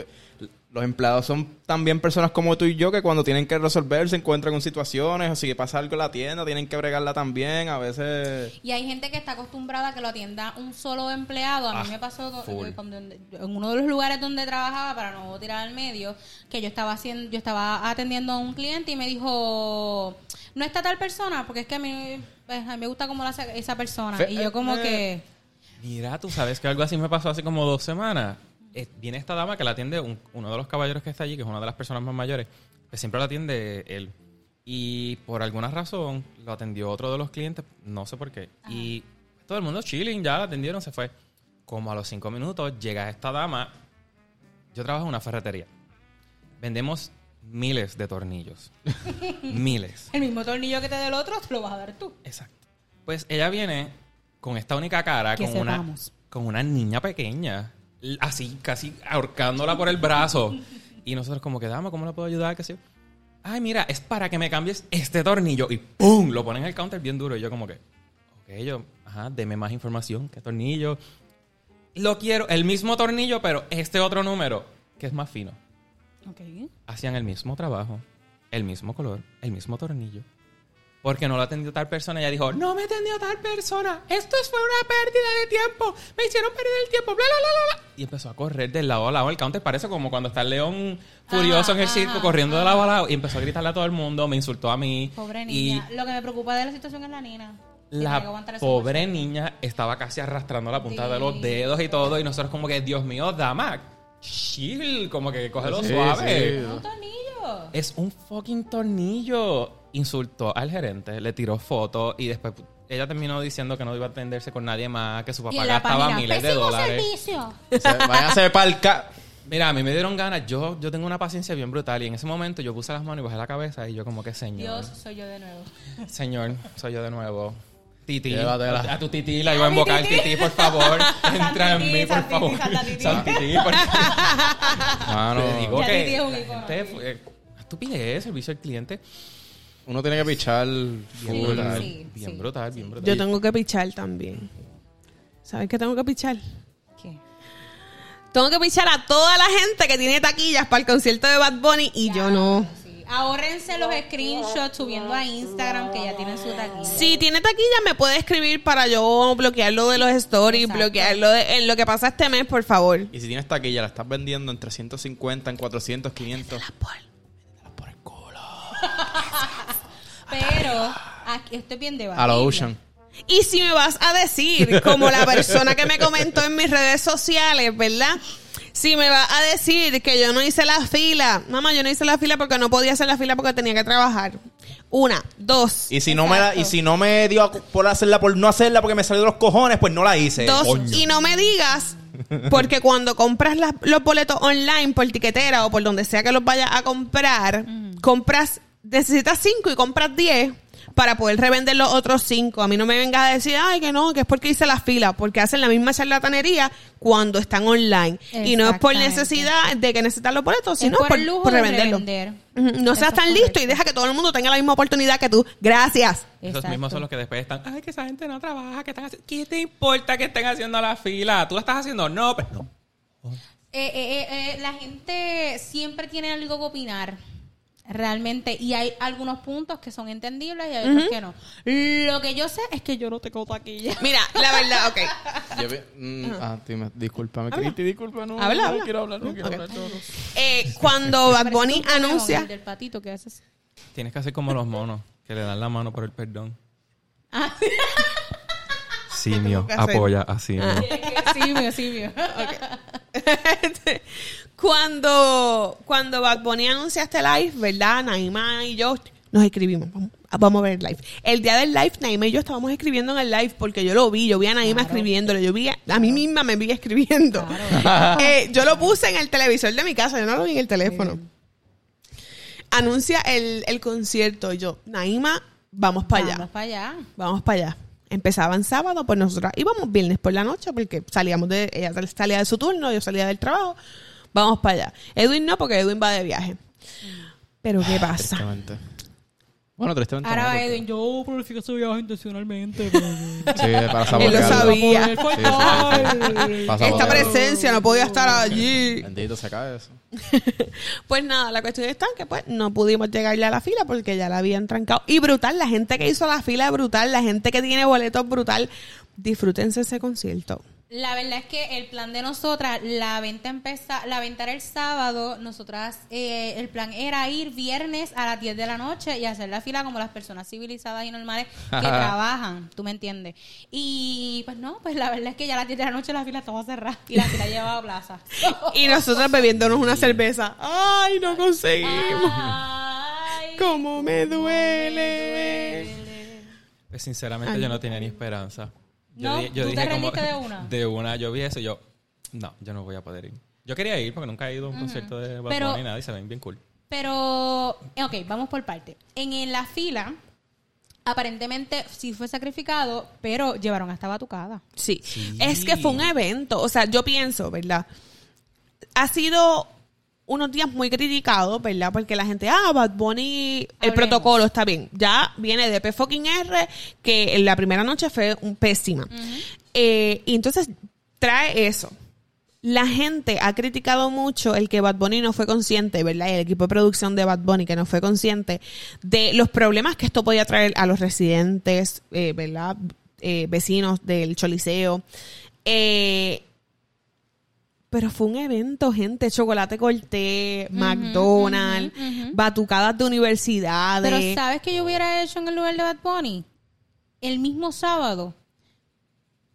Speaker 3: los empleados son también personas como tú y yo que cuando tienen que resolver se encuentran con situaciones, o si pasa algo en la tienda tienen que bregarla también, a veces
Speaker 4: Y hay gente que está acostumbrada a que lo atienda un solo empleado. A mí
Speaker 5: Ah,
Speaker 4: me pasó do-
Speaker 5: full.
Speaker 4: cuando en en uno de los lugares donde trabajaba, para no tirar al medio, que yo estaba haciendo, yo estaba atendiendo a un cliente y me dijo, no está tal persona, porque es que a mí, pues, a mí me gusta cómo la hace esa persona.
Speaker 3: Fe-
Speaker 4: y yo como
Speaker 3: eh,
Speaker 4: que...
Speaker 5: Mira, tú sabes que algo así me pasó hace como dos semanas. Eh, viene esta dama que la atiende un- uno de los caballeros que está allí, que es una de las personas más mayores, que siempre la atiende él. Y por alguna razón lo atendió otro de los clientes, no sé por qué. Y todo el mundo chilling, ya la atendieron, se fue. Como a los cinco minutos llega esta dama. Yo trabajo en una ferretería. Vendemos miles de tornillos. miles.
Speaker 4: El mismo tornillo que te dé el otro, te lo vas a dar tú.
Speaker 5: Exacto. Pues ella viene con esta única cara,
Speaker 4: Que
Speaker 5: con una,
Speaker 4: sepamos.
Speaker 5: con una niña pequeña, l- así, casi ahorcándola por el brazo. Y nosotros como que, dama, ¿cómo la puedo ayudar? Que sé yo. Ay, mira, es para que me cambies este tornillo. Y ¡pum! Lo ponen en el counter bien duro. Y yo como que, ok, yo, ajá, deme más información. ¿Qué tornillo? Lo quiero, el mismo tornillo, pero este otro número, que es más fino.
Speaker 4: Ok.
Speaker 5: Hacían el mismo trabajo, el mismo color, el mismo tornillo. Porque no lo atendió tal persona. Ella dijo, no me atendió tal persona. Esto fue una pérdida de tiempo. Me hicieron perder el tiempo. Bla, bla, bla, bla, bla. Y empezó a correr del lado a lado. El counter parece como cuando está el león furioso en el
Speaker 4: Ajá,
Speaker 5: circo
Speaker 4: ajá,
Speaker 5: corriendo de lado a lado. Y empezó a gritarle a todo el mundo. Me insultó a mí.
Speaker 4: ah, Pobre
Speaker 5: Y
Speaker 4: niña. Lo que me preocupa de la situación es la nina. que tiene que
Speaker 5: la
Speaker 4: aguantar esa
Speaker 5: pobre niña estaba casi arrastrando la punta de los
Speaker 4: Sí.
Speaker 5: dedos y todo. Y nosotros como que, Dios mío, dama, chill. Como que cógelo
Speaker 3: Sí,
Speaker 5: suave.
Speaker 3: sí.
Speaker 4: cosa. Un tornillo.
Speaker 5: Es un fucking tornillo. Insultó al gerente, le tiró fotos y después pu- ella terminó diciendo que no iba a atenderse con nadie más, que su
Speaker 4: Y
Speaker 5: papá
Speaker 4: en la
Speaker 5: gastaba
Speaker 4: página,
Speaker 5: miles de
Speaker 4: "Pésimo
Speaker 5: dólares.
Speaker 4: servicio.
Speaker 3: váyanse pa'l <laughs> ca...
Speaker 5: Mira, a mí me dieron ganas. Yo, yo tengo una paciencia bien brutal y en ese momento yo puse las manos y bajé la cabeza y yo como que señor,
Speaker 4: Dios, soy yo de nuevo.
Speaker 5: señor, soy yo de nuevo. Titi,
Speaker 3: Llévatela.
Speaker 5: a tu titi la iba a invocar.
Speaker 4: tití.
Speaker 5: Titi, por
Speaker 4: <laughs>
Speaker 5: favor, entra en
Speaker 4: Tití,
Speaker 5: mí, por
Speaker 4: San Tití,
Speaker 5: favor.
Speaker 4: Santa Tití.
Speaker 5: San Tití, por favor.
Speaker 3: Mano,
Speaker 5: Te digo
Speaker 4: Ya Tití
Speaker 5: que
Speaker 4: es un
Speaker 5: la
Speaker 4: icono.
Speaker 5: gente fue- eh, estupidez, servicio al cliente.
Speaker 3: uno tiene que pichar
Speaker 5: Bien
Speaker 3: full.
Speaker 5: brutal,
Speaker 4: sí,
Speaker 5: bien
Speaker 4: sí,
Speaker 5: brutal, bien brutal.
Speaker 1: Yo tengo que pichar también. ¿Sabes qué tengo que pichar?
Speaker 4: ¿Qué?
Speaker 1: Tengo que pichar a toda la gente que tiene taquillas para el concierto de Bad Bunny y yo no.
Speaker 4: Sí. Ahórrense los screenshots subiendo a Instagram que ya tienen su taquilla.
Speaker 1: Si tiene taquilla, me puede escribir para yo bloquearlo de los stories,
Speaker 4: Exacto.
Speaker 1: bloquearlo de- en lo que pasa este mes, por favor.
Speaker 3: Y si tienes taquilla, la estás vendiendo en 350, en 400, 500.
Speaker 4: Pero aquí estoy bien debatible.
Speaker 3: A la Ocean.
Speaker 1: Y si me vas a decir, como la persona que me comentó en mis redes sociales, ¿verdad? Si me vas a decir que yo no hice la fila, mamá, yo no hice la fila porque no podía hacer la fila porque tenía que trabajar. Una, dos.
Speaker 3: Y si no me la- y si no me dio a- por hacerla, por no hacerla porque me salió de los cojones, pues no la hice.
Speaker 1: Dos,
Speaker 3: Coño.
Speaker 1: y no me digas, porque cuando compras las- los boletos online por tiquetera o por donde sea que los vayas a comprar, compras, necesitas cinco y compras diez para poder revender los otros cinco. A mí no me vengas a decir, ay, que no, que es porque hice la fila, porque hacen la misma charlatanería cuando están online. Y no es por
Speaker 4: Exactamente.
Speaker 1: necesidad de que necesitan los boletos, sino
Speaker 4: por
Speaker 1: por,
Speaker 4: lujo
Speaker 1: por
Speaker 4: de
Speaker 1: revenderlos.
Speaker 4: revender.
Speaker 1: Ujú, No
Speaker 4: Eso
Speaker 1: seas
Speaker 4: es
Speaker 1: tan listo y
Speaker 4: correcto.
Speaker 1: deja que todo el mundo tenga la misma oportunidad que tú. Gracias.
Speaker 5: Esos
Speaker 4: Exacto.
Speaker 5: mismos son los que después están, ay, que esa gente no trabaja, que están haciendo... ¿Qué te importa que estén haciendo la fila? Tú estás haciendo, no, pero... no".
Speaker 4: Eh, eh, eh, eh, la gente siempre tiene algo que opinar. Realmente, y hay algunos puntos que son entendibles y hay otros que no. Lo que yo sé es que yo no tengo taquilla.
Speaker 1: Mira, la verdad, ok.
Speaker 3: Yo vi- mm, ah, dime, discúlpame, Cristi, disculpa, no,
Speaker 1: Habla,
Speaker 3: no
Speaker 1: habla.
Speaker 3: quiero hablar, no quiero
Speaker 1: Ok.
Speaker 3: hablar. no, no.
Speaker 1: Eh,
Speaker 4: <laughs>
Speaker 1: cuando Bad Bunny
Speaker 4: Parece un conejo,
Speaker 1: anuncia...
Speaker 4: el Del patito que haces.
Speaker 5: Tienes que hacer como los monos, que le dan la mano por el perdón.
Speaker 4: Ah,
Speaker 1: ¿Qué tengo
Speaker 5: Simio,
Speaker 1: que hacer? apoya
Speaker 5: a
Speaker 4: Ah. Eh, sí, mío, sí,
Speaker 1: <laughs>
Speaker 4: mío.
Speaker 1: cuando, cuando Bad Bunny anuncia este live, ¿verdad? Naima y yo nos escribimos. Vamos, Ah, Vamos a ver el live. El día del live, Naima y yo estábamos escribiendo en el live porque yo lo vi. Yo vi a Naima escribiéndole. Yo vi a, a mí misma me vi escribiendo. <laughs> Eh, yo lo puse en el televisor de mi casa. Yo no lo vi en el teléfono. Anuncia el, el concierto. y Yo, Naima, vamos para allá.
Speaker 4: Vamos para allá.
Speaker 1: Vamos para allá. Empezaban sábado, pues nosotras íbamos viernes por la noche porque salíamos de. Ella salía de su turno, yo salía del trabajo. Vamos para allá. Edwin no, porque Edwin va de viaje. Ah, Pero ¿qué pasa?
Speaker 2: Tristemente. Bueno, tristemente.
Speaker 4: Ahora
Speaker 2: no,
Speaker 4: va
Speaker 2: porque-
Speaker 4: Edwin, yo planifico ese viaje intencionalmente. porque-
Speaker 3: Sí, para
Speaker 1: <laughs> Él lo
Speaker 3: saborearlo.
Speaker 1: sabía.
Speaker 4: Para poder faltar.
Speaker 3: Pasa
Speaker 1: Esta
Speaker 3: por algo.
Speaker 1: presencia no podía estar allí.
Speaker 3: Bendito se cae eso.
Speaker 1: Pues nada, la cuestión está en que pues no pudimos llegarle a la fila porque ya la habían trancado. Y brutal, la gente que hizo la fila brutal, la gente que tiene boletos brutal, disfrútense ese concierto.
Speaker 4: La verdad es que el plan de nosotras, la venta empezó, la venta era el sábado, nosotras, eh, el plan era ir viernes a las 10 de la noche y hacer la fila como las personas civilizadas y normales que trabajan, tú me entiendes. Y pues no, pues la verdad es que ya a las 10 de la noche la fila estaba cerrada y la fila llevaba a plaza.
Speaker 1: Y nosotros bebiéndonos una cerveza. ¡Ay, no conseguimos!
Speaker 4: Ay,
Speaker 1: ¡Cómo me duele!
Speaker 5: Pues, sinceramente yo no tenía ni esperanza. Yo
Speaker 4: No,
Speaker 5: di- yo
Speaker 4: ¿tú te
Speaker 5: dije como-
Speaker 4: rendiste
Speaker 5: <laughs>
Speaker 4: de una?
Speaker 5: De una, yo vi eso y yo, no, yo no voy a poder ir. Yo quería ir porque nunca he ido a un concierto de Bad
Speaker 4: Pero-
Speaker 5: Bunny ni nada y se ven bien cool.
Speaker 4: Pero, eh, ok, vamos por parte. En, en la fila, aparentemente sí fue sacrificado, pero llevaron hasta batucada.
Speaker 1: Sí. es que fue un evento. O sea, yo pienso, ¿verdad? Ha sido unos días muy criticados, ¿verdad? Porque la gente, ah, Bad Bunny, el
Speaker 4: Hablemos.
Speaker 1: protocolo está bien. Ya viene de P fucking R, que en la primera noche fue un pésima. Eh, y entonces trae eso. La gente ha criticado mucho el que Bad Bunny no fue consciente, ¿verdad? Y el equipo de producción de Bad Bunny que no fue consciente de los problemas que esto podía traer a los residentes, eh, ¿verdad? Eh, vecinos del Choliseo. Eh, pero fue un evento, gente. Chocolate Corté, McDonald's,
Speaker 4: ujú, ujú.
Speaker 1: batucadas de universidades.
Speaker 4: Pero ¿sabes qué yo hubiera hecho en el lugar de Bad Bunny? El mismo sábado.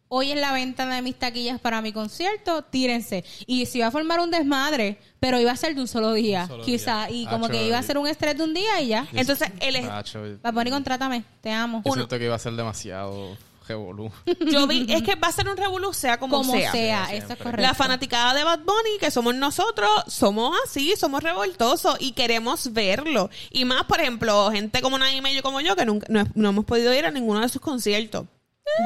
Speaker 4: Hoy es la venta de mis taquillas para mi concierto, tírense. Y si iba a formar un desmadre, pero iba a ser de un solo día,
Speaker 5: solo
Speaker 4: quizá. Y como
Speaker 3: Acho,
Speaker 4: que iba a
Speaker 3: yo-
Speaker 4: ser un estrés de un día y ya.
Speaker 1: Entonces, el,
Speaker 3: Nacho, yo
Speaker 4: Bad Bunny, contrátame, te amo.
Speaker 3: siento que iba a ser demasiado revolú.
Speaker 1: yo vi, es que va a ser un revolú, sea como,
Speaker 4: Como sea,
Speaker 1: sea.
Speaker 4: eso es correcto.
Speaker 1: La fanaticada de Bad Bunny, que somos nosotros, somos así, somos revoltosos y queremos verlo. Y más, por ejemplo, gente como Naime y yo como yo, que nunca, no, no hemos podido ir a ninguno de sus conciertos.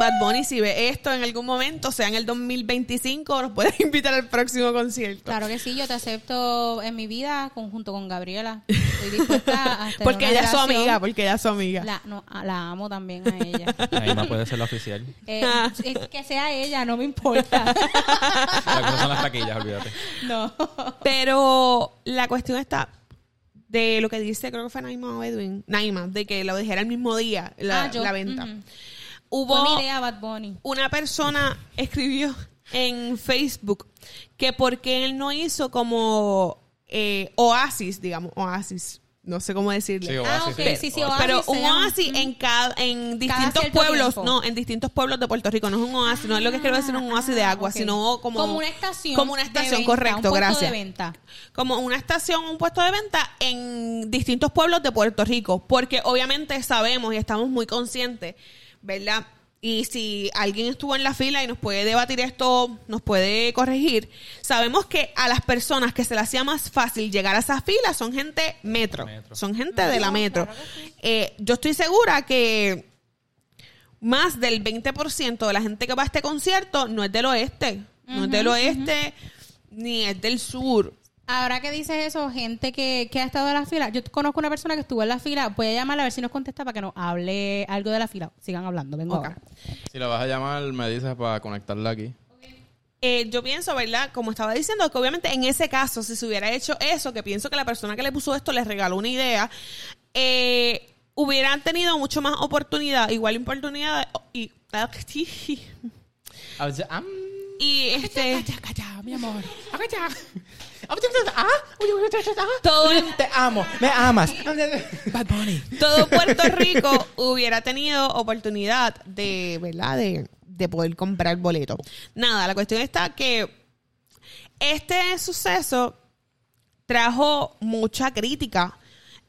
Speaker 1: Bad Bunny, si ve esto en algún momento, sea en el 2025, nos puede <laughs> invitar al próximo concierto.
Speaker 4: Claro que sí, yo te acepto en mi vida conjunto con Gabriela.
Speaker 1: <laughs>
Speaker 4: Estoy dispuesta a tener
Speaker 1: Porque
Speaker 4: una
Speaker 1: ella es su
Speaker 4: relación.
Speaker 1: amiga, porque ella es su amiga.
Speaker 4: La, no, a- la amo también a ella.
Speaker 1: <laughs>
Speaker 5: Ahí más puede ser la oficial.
Speaker 4: Eh, es que sea ella, no me <laughs> importa.
Speaker 5: La cosa son las taquillas, olvídate.
Speaker 4: No.
Speaker 1: Pero la cuestión está de lo que dice, creo que fue Naima o Edwin, Naima, de que lo dijera el mismo día, la,
Speaker 4: Ah, yo.
Speaker 1: la venta.
Speaker 4: Ujú. Pues
Speaker 1: Hubo
Speaker 4: Fue mi idea, Bad Bunny.
Speaker 1: una persona escribió en Facebook que porque él no hizo como eh, Oasis, digamos, Oasis, no sé cómo decirle.
Speaker 3: Sí,
Speaker 4: Ah,
Speaker 3: Oasis.
Speaker 4: ok, sí, sí, Oasis.
Speaker 1: Pero
Speaker 4: se
Speaker 1: un
Speaker 4: llama. Mm.
Speaker 1: oasis en cada, en
Speaker 4: Cada
Speaker 1: distintos
Speaker 4: cierto
Speaker 1: pueblos,
Speaker 4: tiempo.
Speaker 1: no, en distintos pueblos de Puerto Rico, no es un oasis, no es lo que quiero decir un oasis de agua,
Speaker 4: Ah, ok.
Speaker 1: sino como
Speaker 4: Como una estación.
Speaker 1: como una
Speaker 4: de
Speaker 1: estación,
Speaker 4: venta, un
Speaker 1: correcto,
Speaker 4: puesto
Speaker 1: gracias,
Speaker 4: de venta.
Speaker 1: como una estación, un puesto de venta en distintos pueblos de Puerto Rico, porque obviamente sabemos y estamos muy conscientes, ¿verdad? Y si alguien estuvo en la fila y nos puede debatir esto, nos puede corregir, sabemos que a las personas que se les hacía más fácil llegar a esas filas son gente metro,
Speaker 5: Metro.
Speaker 1: son gente de la metro. Eh, yo estoy segura que más del 20% de la gente que va a este concierto no es del oeste, no es del oeste ni es del sur.
Speaker 4: Ahora que dices eso, gente que, que ha estado en la fila, yo conozco una persona que estuvo en la fila, voy a llamarla a ver si nos contesta para que nos hable algo de la fila. Sigan hablando, vengo
Speaker 1: Ok.
Speaker 4: ahora.
Speaker 3: Si la vas a llamar, me dices para conectarla aquí.
Speaker 1: Eh, yo pienso, ¿verdad? Como estaba diciendo, que obviamente en ese caso, si se hubiera hecho eso, que pienso que la persona que le puso esto les regaló una idea, eh, hubieran tenido mucho más oportunidad, igual oportunidad y... Y este...
Speaker 5: mi amor.
Speaker 1: Todo el-
Speaker 2: Te amo, me amas.
Speaker 5: Bad Bunny.
Speaker 1: todo Puerto Rico hubiera tenido oportunidad de, ¿verdad? De, de poder comprar boletos. Nada, la cuestión está que este suceso trajo mucha crítica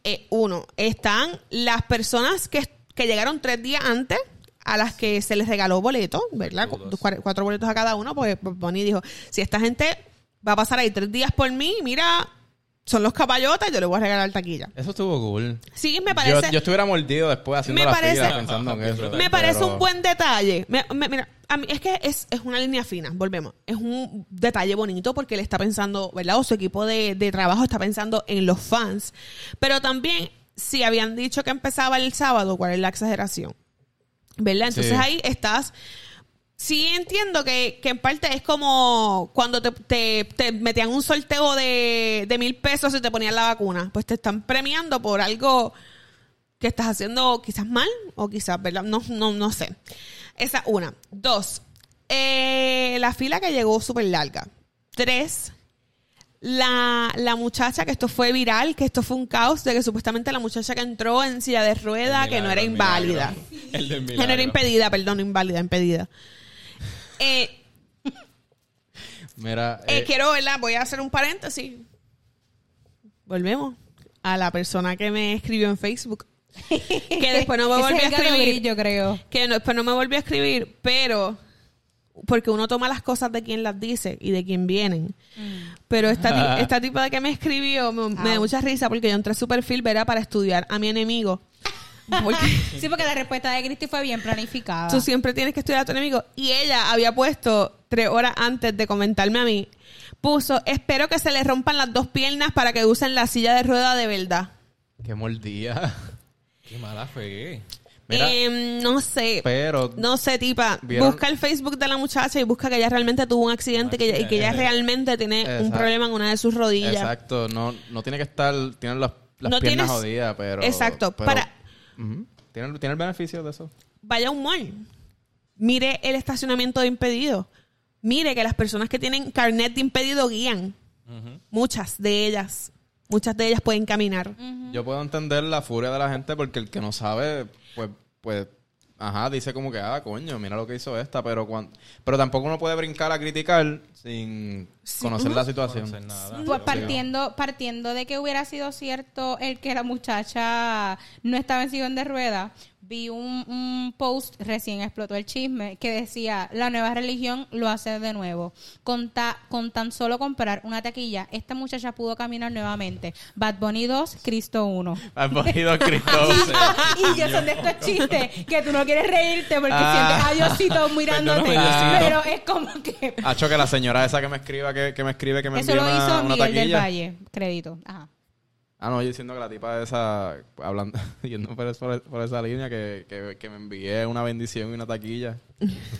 Speaker 1: eh, uno, están las personas que, que llegaron tres días antes a las que se les regaló boletos, ¿verdad? Cu- cuar- Cuatro boletos a cada uno, porque Bonnie dijo, si esta gente va a pasar ahí tres días por mí, mira, son los caballotas, yo le voy a regalar taquilla.
Speaker 3: Eso estuvo cool.
Speaker 1: Sí, me
Speaker 3: Yo,
Speaker 1: parece...
Speaker 3: yo estuviera mordido después haciendo
Speaker 1: Me
Speaker 3: la
Speaker 1: parece-
Speaker 3: fila pensando en eso.
Speaker 1: Me parece
Speaker 3: pero-
Speaker 1: un buen detalle. Me- me- mira, a mí es que es, es una línea fina, volvemos. Es un detalle bonito porque él está pensando, ¿verdad? O su equipo de, de trabajo está pensando en los fans. Pero también, si habían dicho que empezaba el sábado, ¿cuál es la exageración? ¿Verdad? Entonces
Speaker 3: Sí.
Speaker 1: ahí estás. Sí entiendo que, que en parte es como cuando te, te- te metían un sorteo de, de mil pesos y te ponían la vacuna. Pues te están premiando por algo que estás haciendo quizás mal o quizás, ¿verdad? No, no, no sé. Esa una. Dos, eh, la fila que llegó súper larga. Tres, la, la muchacha, que esto fue viral, que esto fue un caos, de que supuestamente la muchacha que entró en silla de rueda,
Speaker 5: El
Speaker 1: que no
Speaker 5: milagro,
Speaker 1: era
Speaker 5: el
Speaker 1: inválida.
Speaker 5: <laughs> El del
Speaker 1: Que no era
Speaker 5: milagro.
Speaker 1: impedida, perdón, no inválida, impedida. Eh,
Speaker 3: Mira,
Speaker 1: eh,
Speaker 3: eh,
Speaker 1: quiero, ¿verdad? Voy a hacer un paréntesis. Volvemos a la persona que me escribió en Facebook. Que después no me
Speaker 4: <laughs> Ese es
Speaker 1: volvió a
Speaker 4: el gato
Speaker 1: escribir.
Speaker 4: gris, yo creo.
Speaker 1: Que no, después no me volvió a escribir, pero porque uno toma las cosas de quien las dice y de quien vienen. Pero esta, ti- esta tipa de que me escribió me, me da
Speaker 4: Au.
Speaker 1: mucha risa porque yo entré a su perfil, verá, para estudiar a mi enemigo.
Speaker 4: <laughs>
Speaker 1: Porque
Speaker 4: Sí, porque la respuesta de Cristi fue bien planificada.
Speaker 1: tú siempre tienes que estudiar a tu enemigo. Y ella había puesto tres horas antes de comentarme a mí, puso, espero que se le rompan las dos piernas para que usen la silla de rueda de verdad.
Speaker 3: qué mordida.
Speaker 5: Qué mala fe.
Speaker 3: <laughs> Mira,
Speaker 1: Em, no sé.
Speaker 3: pero
Speaker 1: No sé, tipa.
Speaker 3: ¿Vieron?
Speaker 1: Busca el Facebook de la muchacha y busca que ella realmente tuvo un accidente que ella- y que ella realmente tiene un
Speaker 3: Exacto.
Speaker 1: problema en una de sus rodillas.
Speaker 3: exacto, no, no tiene que estar, tienen las, las
Speaker 1: No tienes-
Speaker 3: piernas jodidas, pero
Speaker 1: Exacto,
Speaker 3: pero-
Speaker 1: para-
Speaker 3: Ujú. ¿Tiene, tiene el beneficio de eso.
Speaker 1: Vaya a un mall. Mire el estacionamiento de impedido. Mire que las personas que tienen carnet de impedido guían. Muchas de ellas. Muchas de ellas pueden caminar.
Speaker 4: Mm.
Speaker 3: Yo puedo entender la furia de la gente porque el que no sabe, pues, pues, ajá, dice como que, ah, coño, mira lo que hizo esta, pero cuan- pero tampoco uno puede brincar a criticar sin conocer la situación.
Speaker 5: No sé nada.
Speaker 4: Pues partiendo, partiendo de que hubiera sido cierto el que la muchacha no estaba en sillón de rueda, vi un, un post, recién explotó el chisme, que decía, la nueva religión lo hace de nuevo. Con, ta- con tan solo comprar una taquilla, esta muchacha pudo caminar nuevamente. Bad Bunny 2, Cristo 1.
Speaker 1: <laughs>
Speaker 3: Al ponido Cristóbal.
Speaker 4: <laughs> Y yo son de estos chistes que tú no quieres reírte porque
Speaker 3: Ah.
Speaker 4: sientes a Diosito mirándote.
Speaker 3: Perdóname, Diosito.
Speaker 4: Pero es como que...
Speaker 3: Hacho que la señora esa que me escriba, que, que me escribe, que me
Speaker 4: Eso
Speaker 3: envía
Speaker 4: lo
Speaker 3: una,
Speaker 4: hizo
Speaker 3: una
Speaker 4: Miguel del
Speaker 3: taquilla.
Speaker 4: Valle, crédito. Ajá.
Speaker 3: Ah, no, yo diciendo que la tipa esa, hablando, <laughs> yendo por, es- por, por esa línea, que, que, que me envié una bendición y una taquilla.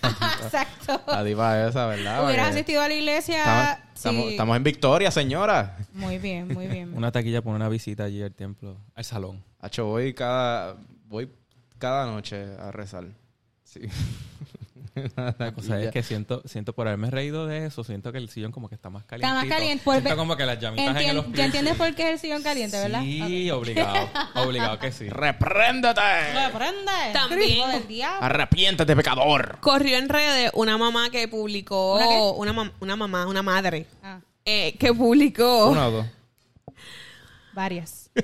Speaker 3: Ah.
Speaker 4: <laughs> Exacto.
Speaker 3: La tipa esa,
Speaker 5: Ah,
Speaker 3: ¿verdad?
Speaker 4: Hubieras
Speaker 3: Porque
Speaker 4: Oh. asistido a la iglesia.
Speaker 3: Estamos,
Speaker 4: sí.
Speaker 3: estamos- estamos en victoria, señora.
Speaker 4: Muy bien, muy bien.
Speaker 5: <laughs> Una taquilla por una visita allí al templo, al salón.
Speaker 3: Hacho, voy cada, voy cada noche a rezar. Sí. <laughs>
Speaker 5: La cosa es que siento, siento por haberme reído de eso, siento que el sillón como que está más caliente.
Speaker 4: Está más caliente, pues,
Speaker 5: siento
Speaker 4: ve-
Speaker 5: como que las llamitas
Speaker 4: Entien-
Speaker 5: en los pies.
Speaker 4: ya entiendes por qué es el sillón caliente, ¿verdad?
Speaker 5: Sí,
Speaker 4: Ok.
Speaker 5: obligado. Obligado que sí.
Speaker 3: ¡Repréndete!
Speaker 4: Aprende,
Speaker 1: También.
Speaker 4: hijo del diablo.
Speaker 3: ¡Arrepiéntete, pecador!
Speaker 1: Corrió en redes una mamá que publicó.
Speaker 4: ¿Una qué?
Speaker 1: ¿Una, mam- una mamá, una madre.
Speaker 4: Ah,
Speaker 1: eh, que
Speaker 4: Oh.
Speaker 1: publicó.
Speaker 3: Uno o dos.
Speaker 4: varias.
Speaker 1: <laughs>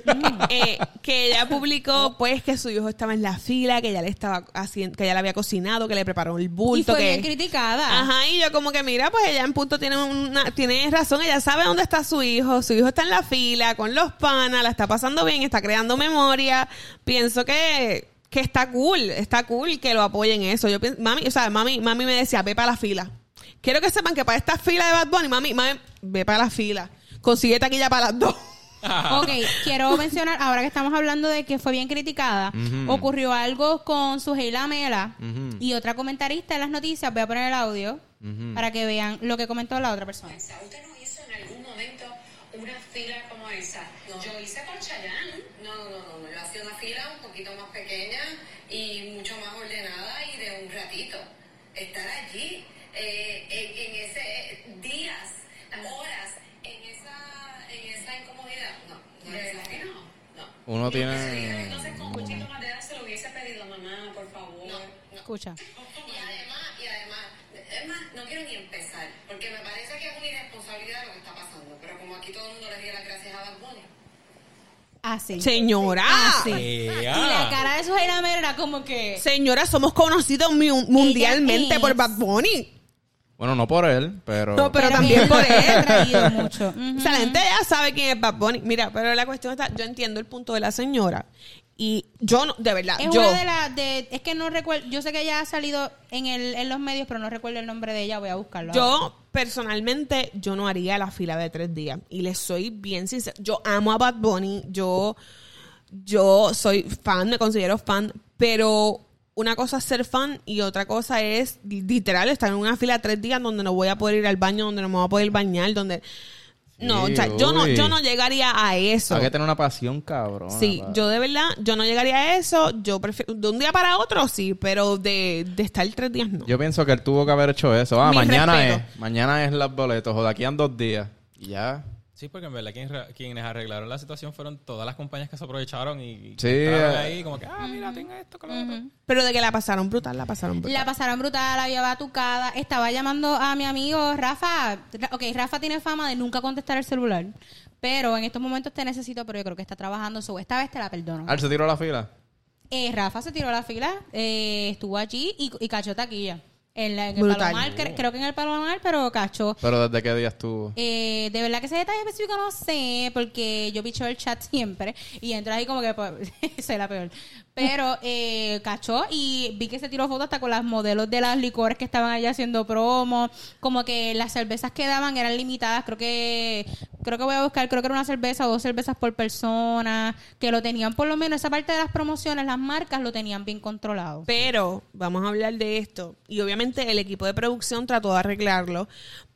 Speaker 1: eh, que ella publicó, pues, que su hijo estaba en la fila, que ya le estaba haciendo, que ya le había cocinado, que le preparó el
Speaker 4: Y
Speaker 1: bulto.
Speaker 4: fue
Speaker 1: que,
Speaker 4: bien criticada.
Speaker 1: Ajá, y yo como que mira, pues ella en punto tiene una, tiene razón, ella sabe dónde está su hijo, su hijo está en la fila, con los panas, la está pasando bien, está creando memoria. Pienso que, que está cool, está cool que lo apoyen eso. Yo pienso, mami, o sea, mami, mami me decía, ve para la fila. Quiero que sepan que para esta fila de Bad Bunny, mami, mami, ve para la fila. Consigue taquilla para las dos.
Speaker 4: Ok, quiero <laughs> mencionar, ahora que estamos hablando de que fue bien criticada, ocurrió algo con Suheila Mela y otra comentarista en las noticias. Voy a poner el audio para que vean lo que comentó la otra persona.
Speaker 6: Esa, Usted no hizo en algún momento una fila como esa. Yo hice por Chayanne. No, no, no, no. Yo hacía una fila un poquito más pequeña y mucho más ordenada y de un ratito. Estar allí eh, en, en ese eh, días, horas, en esa, en esa incomodidad. No, no, es que no. No.
Speaker 3: Uno tiene... Mm.
Speaker 6: Entonces, con un chico más de edad se lo hubiese pedido, mamá, por favor.
Speaker 4: Escucha.
Speaker 6: Y además, y además, es más, no quiero ni empezar, porque me parece que es una irresponsabilidad lo que está pasando, pero como aquí todo el mundo le dio las gracias a Bad Bunny.
Speaker 4: Así.
Speaker 1: Señora.
Speaker 4: Así.
Speaker 5: Eh,
Speaker 4: Y la
Speaker 5: ah.
Speaker 4: cara de Sujeira Mera era como que.
Speaker 1: Señora, somos conocidos mu- mundialmente
Speaker 4: es-
Speaker 1: por Bad Bunny.
Speaker 3: Bueno, no por él, pero.
Speaker 1: No, pero también
Speaker 4: <laughs>
Speaker 1: por
Speaker 4: ha
Speaker 1: él.
Speaker 4: traído mucho. Ujú.
Speaker 1: O sea, la gente ya sabe quién es Bad Bunny. Mira, pero la cuestión está, yo entiendo el punto de la señora. Y yo, no, de verdad,
Speaker 4: Es
Speaker 1: yo...
Speaker 4: una de las de, es que no recuerdo, yo sé que ella ha salido en el, en los medios, pero no recuerdo el nombre de ella, voy a buscarlo. ahora.
Speaker 1: Yo personalmente yo no haría la fila de tres días y les soy bien sincera. Yo amo a Bad Bunny, yo yo soy fan, me considero fan, pero una cosa es ser fan y otra cosa es literal estar en una fila de tres días donde no voy a poder ir al baño, donde no me voy a poder bañar, donde no,
Speaker 3: Sí,
Speaker 1: o sea, yo no
Speaker 3: uy.
Speaker 1: yo no llegaría a eso.
Speaker 3: Hay que tener una pasión, cabrón.
Speaker 1: Sí, yo de verdad, yo no llegaría a eso. Yo prefiero, de un día para otro sí, pero de, de estar tres días no.
Speaker 3: Yo pienso que él tuvo que haber hecho eso. Ah,
Speaker 1: Mi
Speaker 3: mañana
Speaker 1: respeto.
Speaker 3: es. Mañana es las boletos. O de aquí a dos días. Y ya.
Speaker 5: Sí, porque en verdad quien re- quienes arreglaron la situación fueron todas las compañías que se aprovecharon y y
Speaker 3: Sí,
Speaker 5: entraron
Speaker 3: eh.
Speaker 5: ahí como que, ah, mira, tenga esto con lo otro.
Speaker 1: Pero de que la pasaron brutal, la pasaron brutal.
Speaker 4: La pasaron brutal, había batucada. Estaba llamando a mi amigo Rafa. Ra- Ok, Rafa tiene fama de nunca contestar el celular. Pero en estos momentos te necesito, pero yo creo que está trabajando. So, esta vez te la perdono.
Speaker 3: Al Ah, se tiró la fila.
Speaker 4: Eh, Rafa se tiró a la fila, eh, estuvo allí y, y cachó taquilla. En, la- en el
Speaker 1: Brutal.
Speaker 4: Palomar, cre- creo que en el Palomar, pero cachó.
Speaker 3: Pero desde qué día estuvo.
Speaker 4: Eh, de verdad que ese detalle específico no sé, porque yo picheo el chat siempre y entro ahí como que pues, <laughs> soy la peor. Pero eh, cachó y vi que se tiró fotos hasta con las modelos de las licores que estaban allá haciendo promo. Como que las cervezas que daban eran limitadas. Creo que creo que voy a buscar, creo que era una cerveza o dos cervezas por persona. Que lo tenían por lo menos, esa parte de las promociones, las marcas lo tenían bien controlado.
Speaker 1: Pero vamos a hablar de esto. Y obviamente el equipo de producción trató de arreglarlo.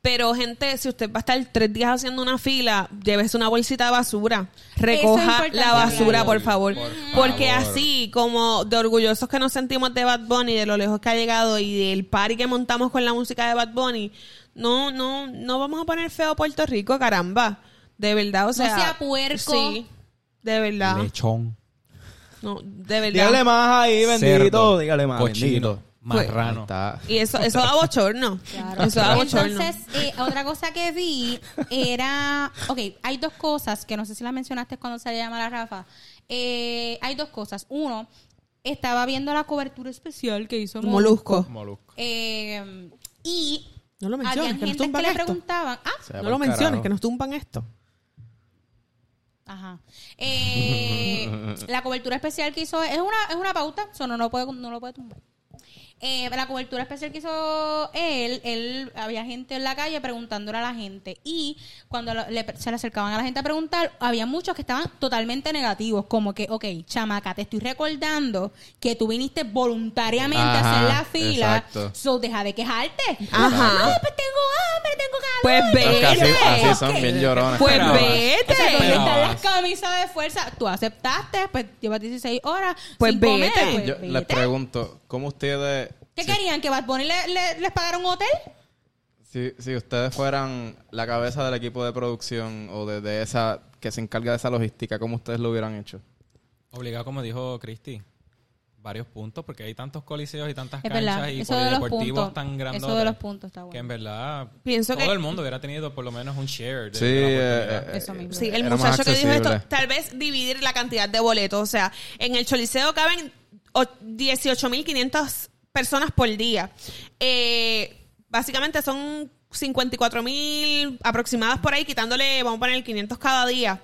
Speaker 1: Pero, gente, si usted va a estar tres días haciendo una fila, llévese una bolsita de basura.
Speaker 4: Eso es
Speaker 1: Recoja
Speaker 4: importante.
Speaker 1: la basura, por
Speaker 5: Por
Speaker 1: favor.
Speaker 5: favor.
Speaker 1: Porque así, como de orgullosos que nos sentimos de Bad Bunny, de lo lejos que ha llegado y del party que montamos con la música de Bad Bunny, no, no, no vamos a poner feo a Puerto Rico, caramba. De verdad, o sea.
Speaker 4: sea puerco.
Speaker 1: Sí, de verdad.
Speaker 5: Lechón,
Speaker 1: No, de verdad.
Speaker 3: Dígale más ahí, bendito.
Speaker 5: cerdo,
Speaker 3: Dígale más.
Speaker 5: cochino,
Speaker 3: bendito. Ahí
Speaker 5: marrano.
Speaker 3: está.
Speaker 1: Y eso, eso da bochorno.
Speaker 4: Claro.
Speaker 1: Eso da bochorno.
Speaker 4: Entonces, eh, otra cosa que vi era. Ok, hay dos cosas que no sé si las mencionaste cuando salí a llamar a Rafa. Eh, hay dos cosas. Uno, estaba viendo la cobertura especial que hizo
Speaker 1: Molusco.
Speaker 5: Molusco.
Speaker 4: Eh, y.
Speaker 1: No lo menciones,
Speaker 4: habían
Speaker 1: que nos
Speaker 4: gente que
Speaker 1: tumban
Speaker 4: le
Speaker 1: esto.
Speaker 4: preguntaban. Ah,
Speaker 3: Se va
Speaker 1: No lo
Speaker 3: pa'l
Speaker 1: menciones,
Speaker 3: carajo.
Speaker 1: que nos tumban esto.
Speaker 4: Ajá. Eh,
Speaker 3: <laughs>
Speaker 4: la cobertura especial que hizo es una, es una pauta, eso no, no, puede, no lo puede tumbar. Eh, la cobertura especial que hizo él, él había gente en la calle preguntándole a la gente y cuando lo- le- se le acercaban a la gente a preguntar, había muchos que estaban totalmente negativos, como que, ok, chamaca, te estoy recordando que tú viniste voluntariamente a hacer
Speaker 3: Ajá,
Speaker 4: la fila,
Speaker 3: exacto.
Speaker 4: so deja de quejarte.
Speaker 1: Ajá.
Speaker 4: No, pues tengo hambre, tengo calor.
Speaker 1: Pues
Speaker 3: Es que así,
Speaker 1: vete.
Speaker 3: así son bien llorones.
Speaker 1: Pues
Speaker 5: Esperabas.
Speaker 4: O sea, ¿dónde
Speaker 1: vete.
Speaker 5: Pero-
Speaker 4: están las camisas de fuerza? Tú aceptaste, pues llevas 16 horas.
Speaker 1: Pues
Speaker 4: sin comer,
Speaker 1: vete.
Speaker 4: pues
Speaker 3: Yo
Speaker 4: vete.
Speaker 3: les pregunto, ¿cómo ustedes.
Speaker 4: ¿Qué
Speaker 3: si-
Speaker 4: querían? ¿Que Bad Bunny le- le- les pagara un hotel?
Speaker 3: Si, si ustedes fueran la cabeza del equipo de producción o de, de esa que se encarga de esa logística, ¿cómo ustedes lo hubieran hecho?
Speaker 5: Obligado, como dijo Cristi, varios puntos, porque hay tantos coliseos y tantas
Speaker 4: Es
Speaker 5: canchas
Speaker 4: verdad.
Speaker 5: y
Speaker 4: Eso de los puntos.
Speaker 5: polideportivos tan grandes.
Speaker 4: Eso de los puntos está
Speaker 5: Que en
Speaker 4: bueno.
Speaker 5: verdad
Speaker 1: Pienso
Speaker 5: todo
Speaker 1: que-
Speaker 5: el mundo hubiera tenido por lo menos un share. De
Speaker 3: Sí,
Speaker 5: la
Speaker 3: eh,
Speaker 5: oportunidad.
Speaker 4: Eso mismo.
Speaker 1: Sí, el
Speaker 3: Era más
Speaker 1: muchacho que dijo esto,
Speaker 3: accesible.
Speaker 1: tal vez dividir la cantidad de boletos. O sea, en el Choliseo caben o- 18.500 personas por día. Eh, básicamente son 54.000 aproximadas por ahí, quitándole, vamos a poner 500 cada día.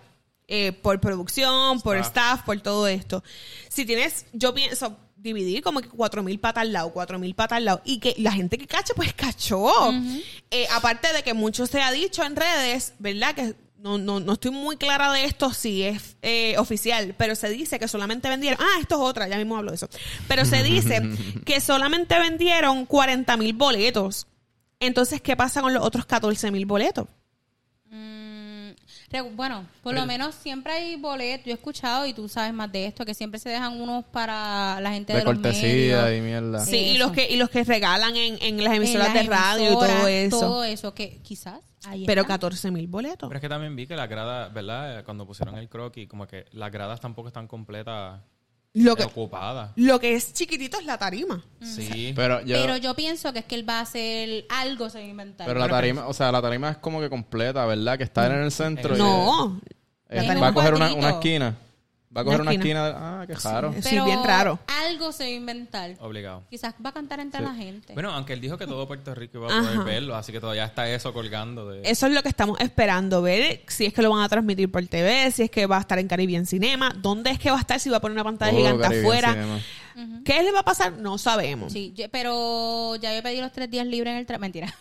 Speaker 1: eh, por producción, por staff, por todo esto. Si tienes, yo pienso dividir como que 4.000 para al lado, 4.000 para al lado. Y que la gente que cache, pues cachó. Eh, aparte de que mucho se ha dicho en redes, ¿verdad? Que no, no, no estoy muy clara de esto si es eh, oficial, pero se dice que solamente vendieron. Ah, esto es otra, ya mismo hablo de eso. Pero se dice que solamente vendieron 40 mil boletos. Entonces, ¿qué pasa con los otros 14 mil boletos?
Speaker 4: Mm, re- Bueno, por lo menos siempre hay boletos. Yo he escuchado y tú sabes más de esto, que siempre se dejan unos para la gente de,
Speaker 3: De,
Speaker 4: los medios.
Speaker 3: cortesía y mierda.
Speaker 1: Sí, y
Speaker 4: Eso.
Speaker 1: los, que, y los que regalan en, Ah. en las
Speaker 4: en
Speaker 1: emisoras de
Speaker 4: las
Speaker 1: radio y todo
Speaker 4: emisoras,
Speaker 1: eso.
Speaker 4: Todo eso que quizás ahí
Speaker 1: pero
Speaker 4: está.
Speaker 1: 14 mil boletos.
Speaker 5: Pero es que también vi que las gradas, ¿verdad? Eh, Cuando pusieron el croquis, como que las gradas tampoco están completas,
Speaker 1: Lo que, Mm.
Speaker 5: ocupadas.
Speaker 1: lo que es chiquitito es la tarima.
Speaker 5: Sí.
Speaker 3: Pero yo.
Speaker 4: Pero
Speaker 3: Pero,
Speaker 4: yo pienso que es que él va a hacer algo, se va a inventar.
Speaker 3: la tarima, o sea, la tarima es como que completa, ¿verdad? Que está en el centro. y,
Speaker 1: No,
Speaker 3: eh,
Speaker 4: la
Speaker 3: va
Speaker 4: tarima.
Speaker 3: a coger una,
Speaker 4: Cuadrito.
Speaker 3: una esquina. Va a coger
Speaker 1: Una
Speaker 3: una
Speaker 1: esquina.
Speaker 3: esquina. ah, qué raro.
Speaker 1: Sí,
Speaker 4: Pero
Speaker 1: bien raro.
Speaker 4: Algo se va a inventar.
Speaker 5: Obligado.
Speaker 4: Quizás va a cantar entre la gente.
Speaker 5: Bueno, aunque él dijo que todo Puerto Rico iba a poder
Speaker 1: Ajá. Eh,
Speaker 5: verlo, así que todavía está eso colgando de...
Speaker 1: Eso es lo que estamos esperando, ver si es que lo van a transmitir por TV, si es que va a estar en Caribbean Cinema, dónde es que va a estar, si va a poner una pantalla
Speaker 3: Oh,
Speaker 1: gigante
Speaker 3: Caribbean
Speaker 1: afuera.
Speaker 3: Cinema.
Speaker 1: ¿Qué le va a pasar? No sabemos.
Speaker 4: Sí, yo- pero ya yo pedí los tres días libres en el tra... Mentira.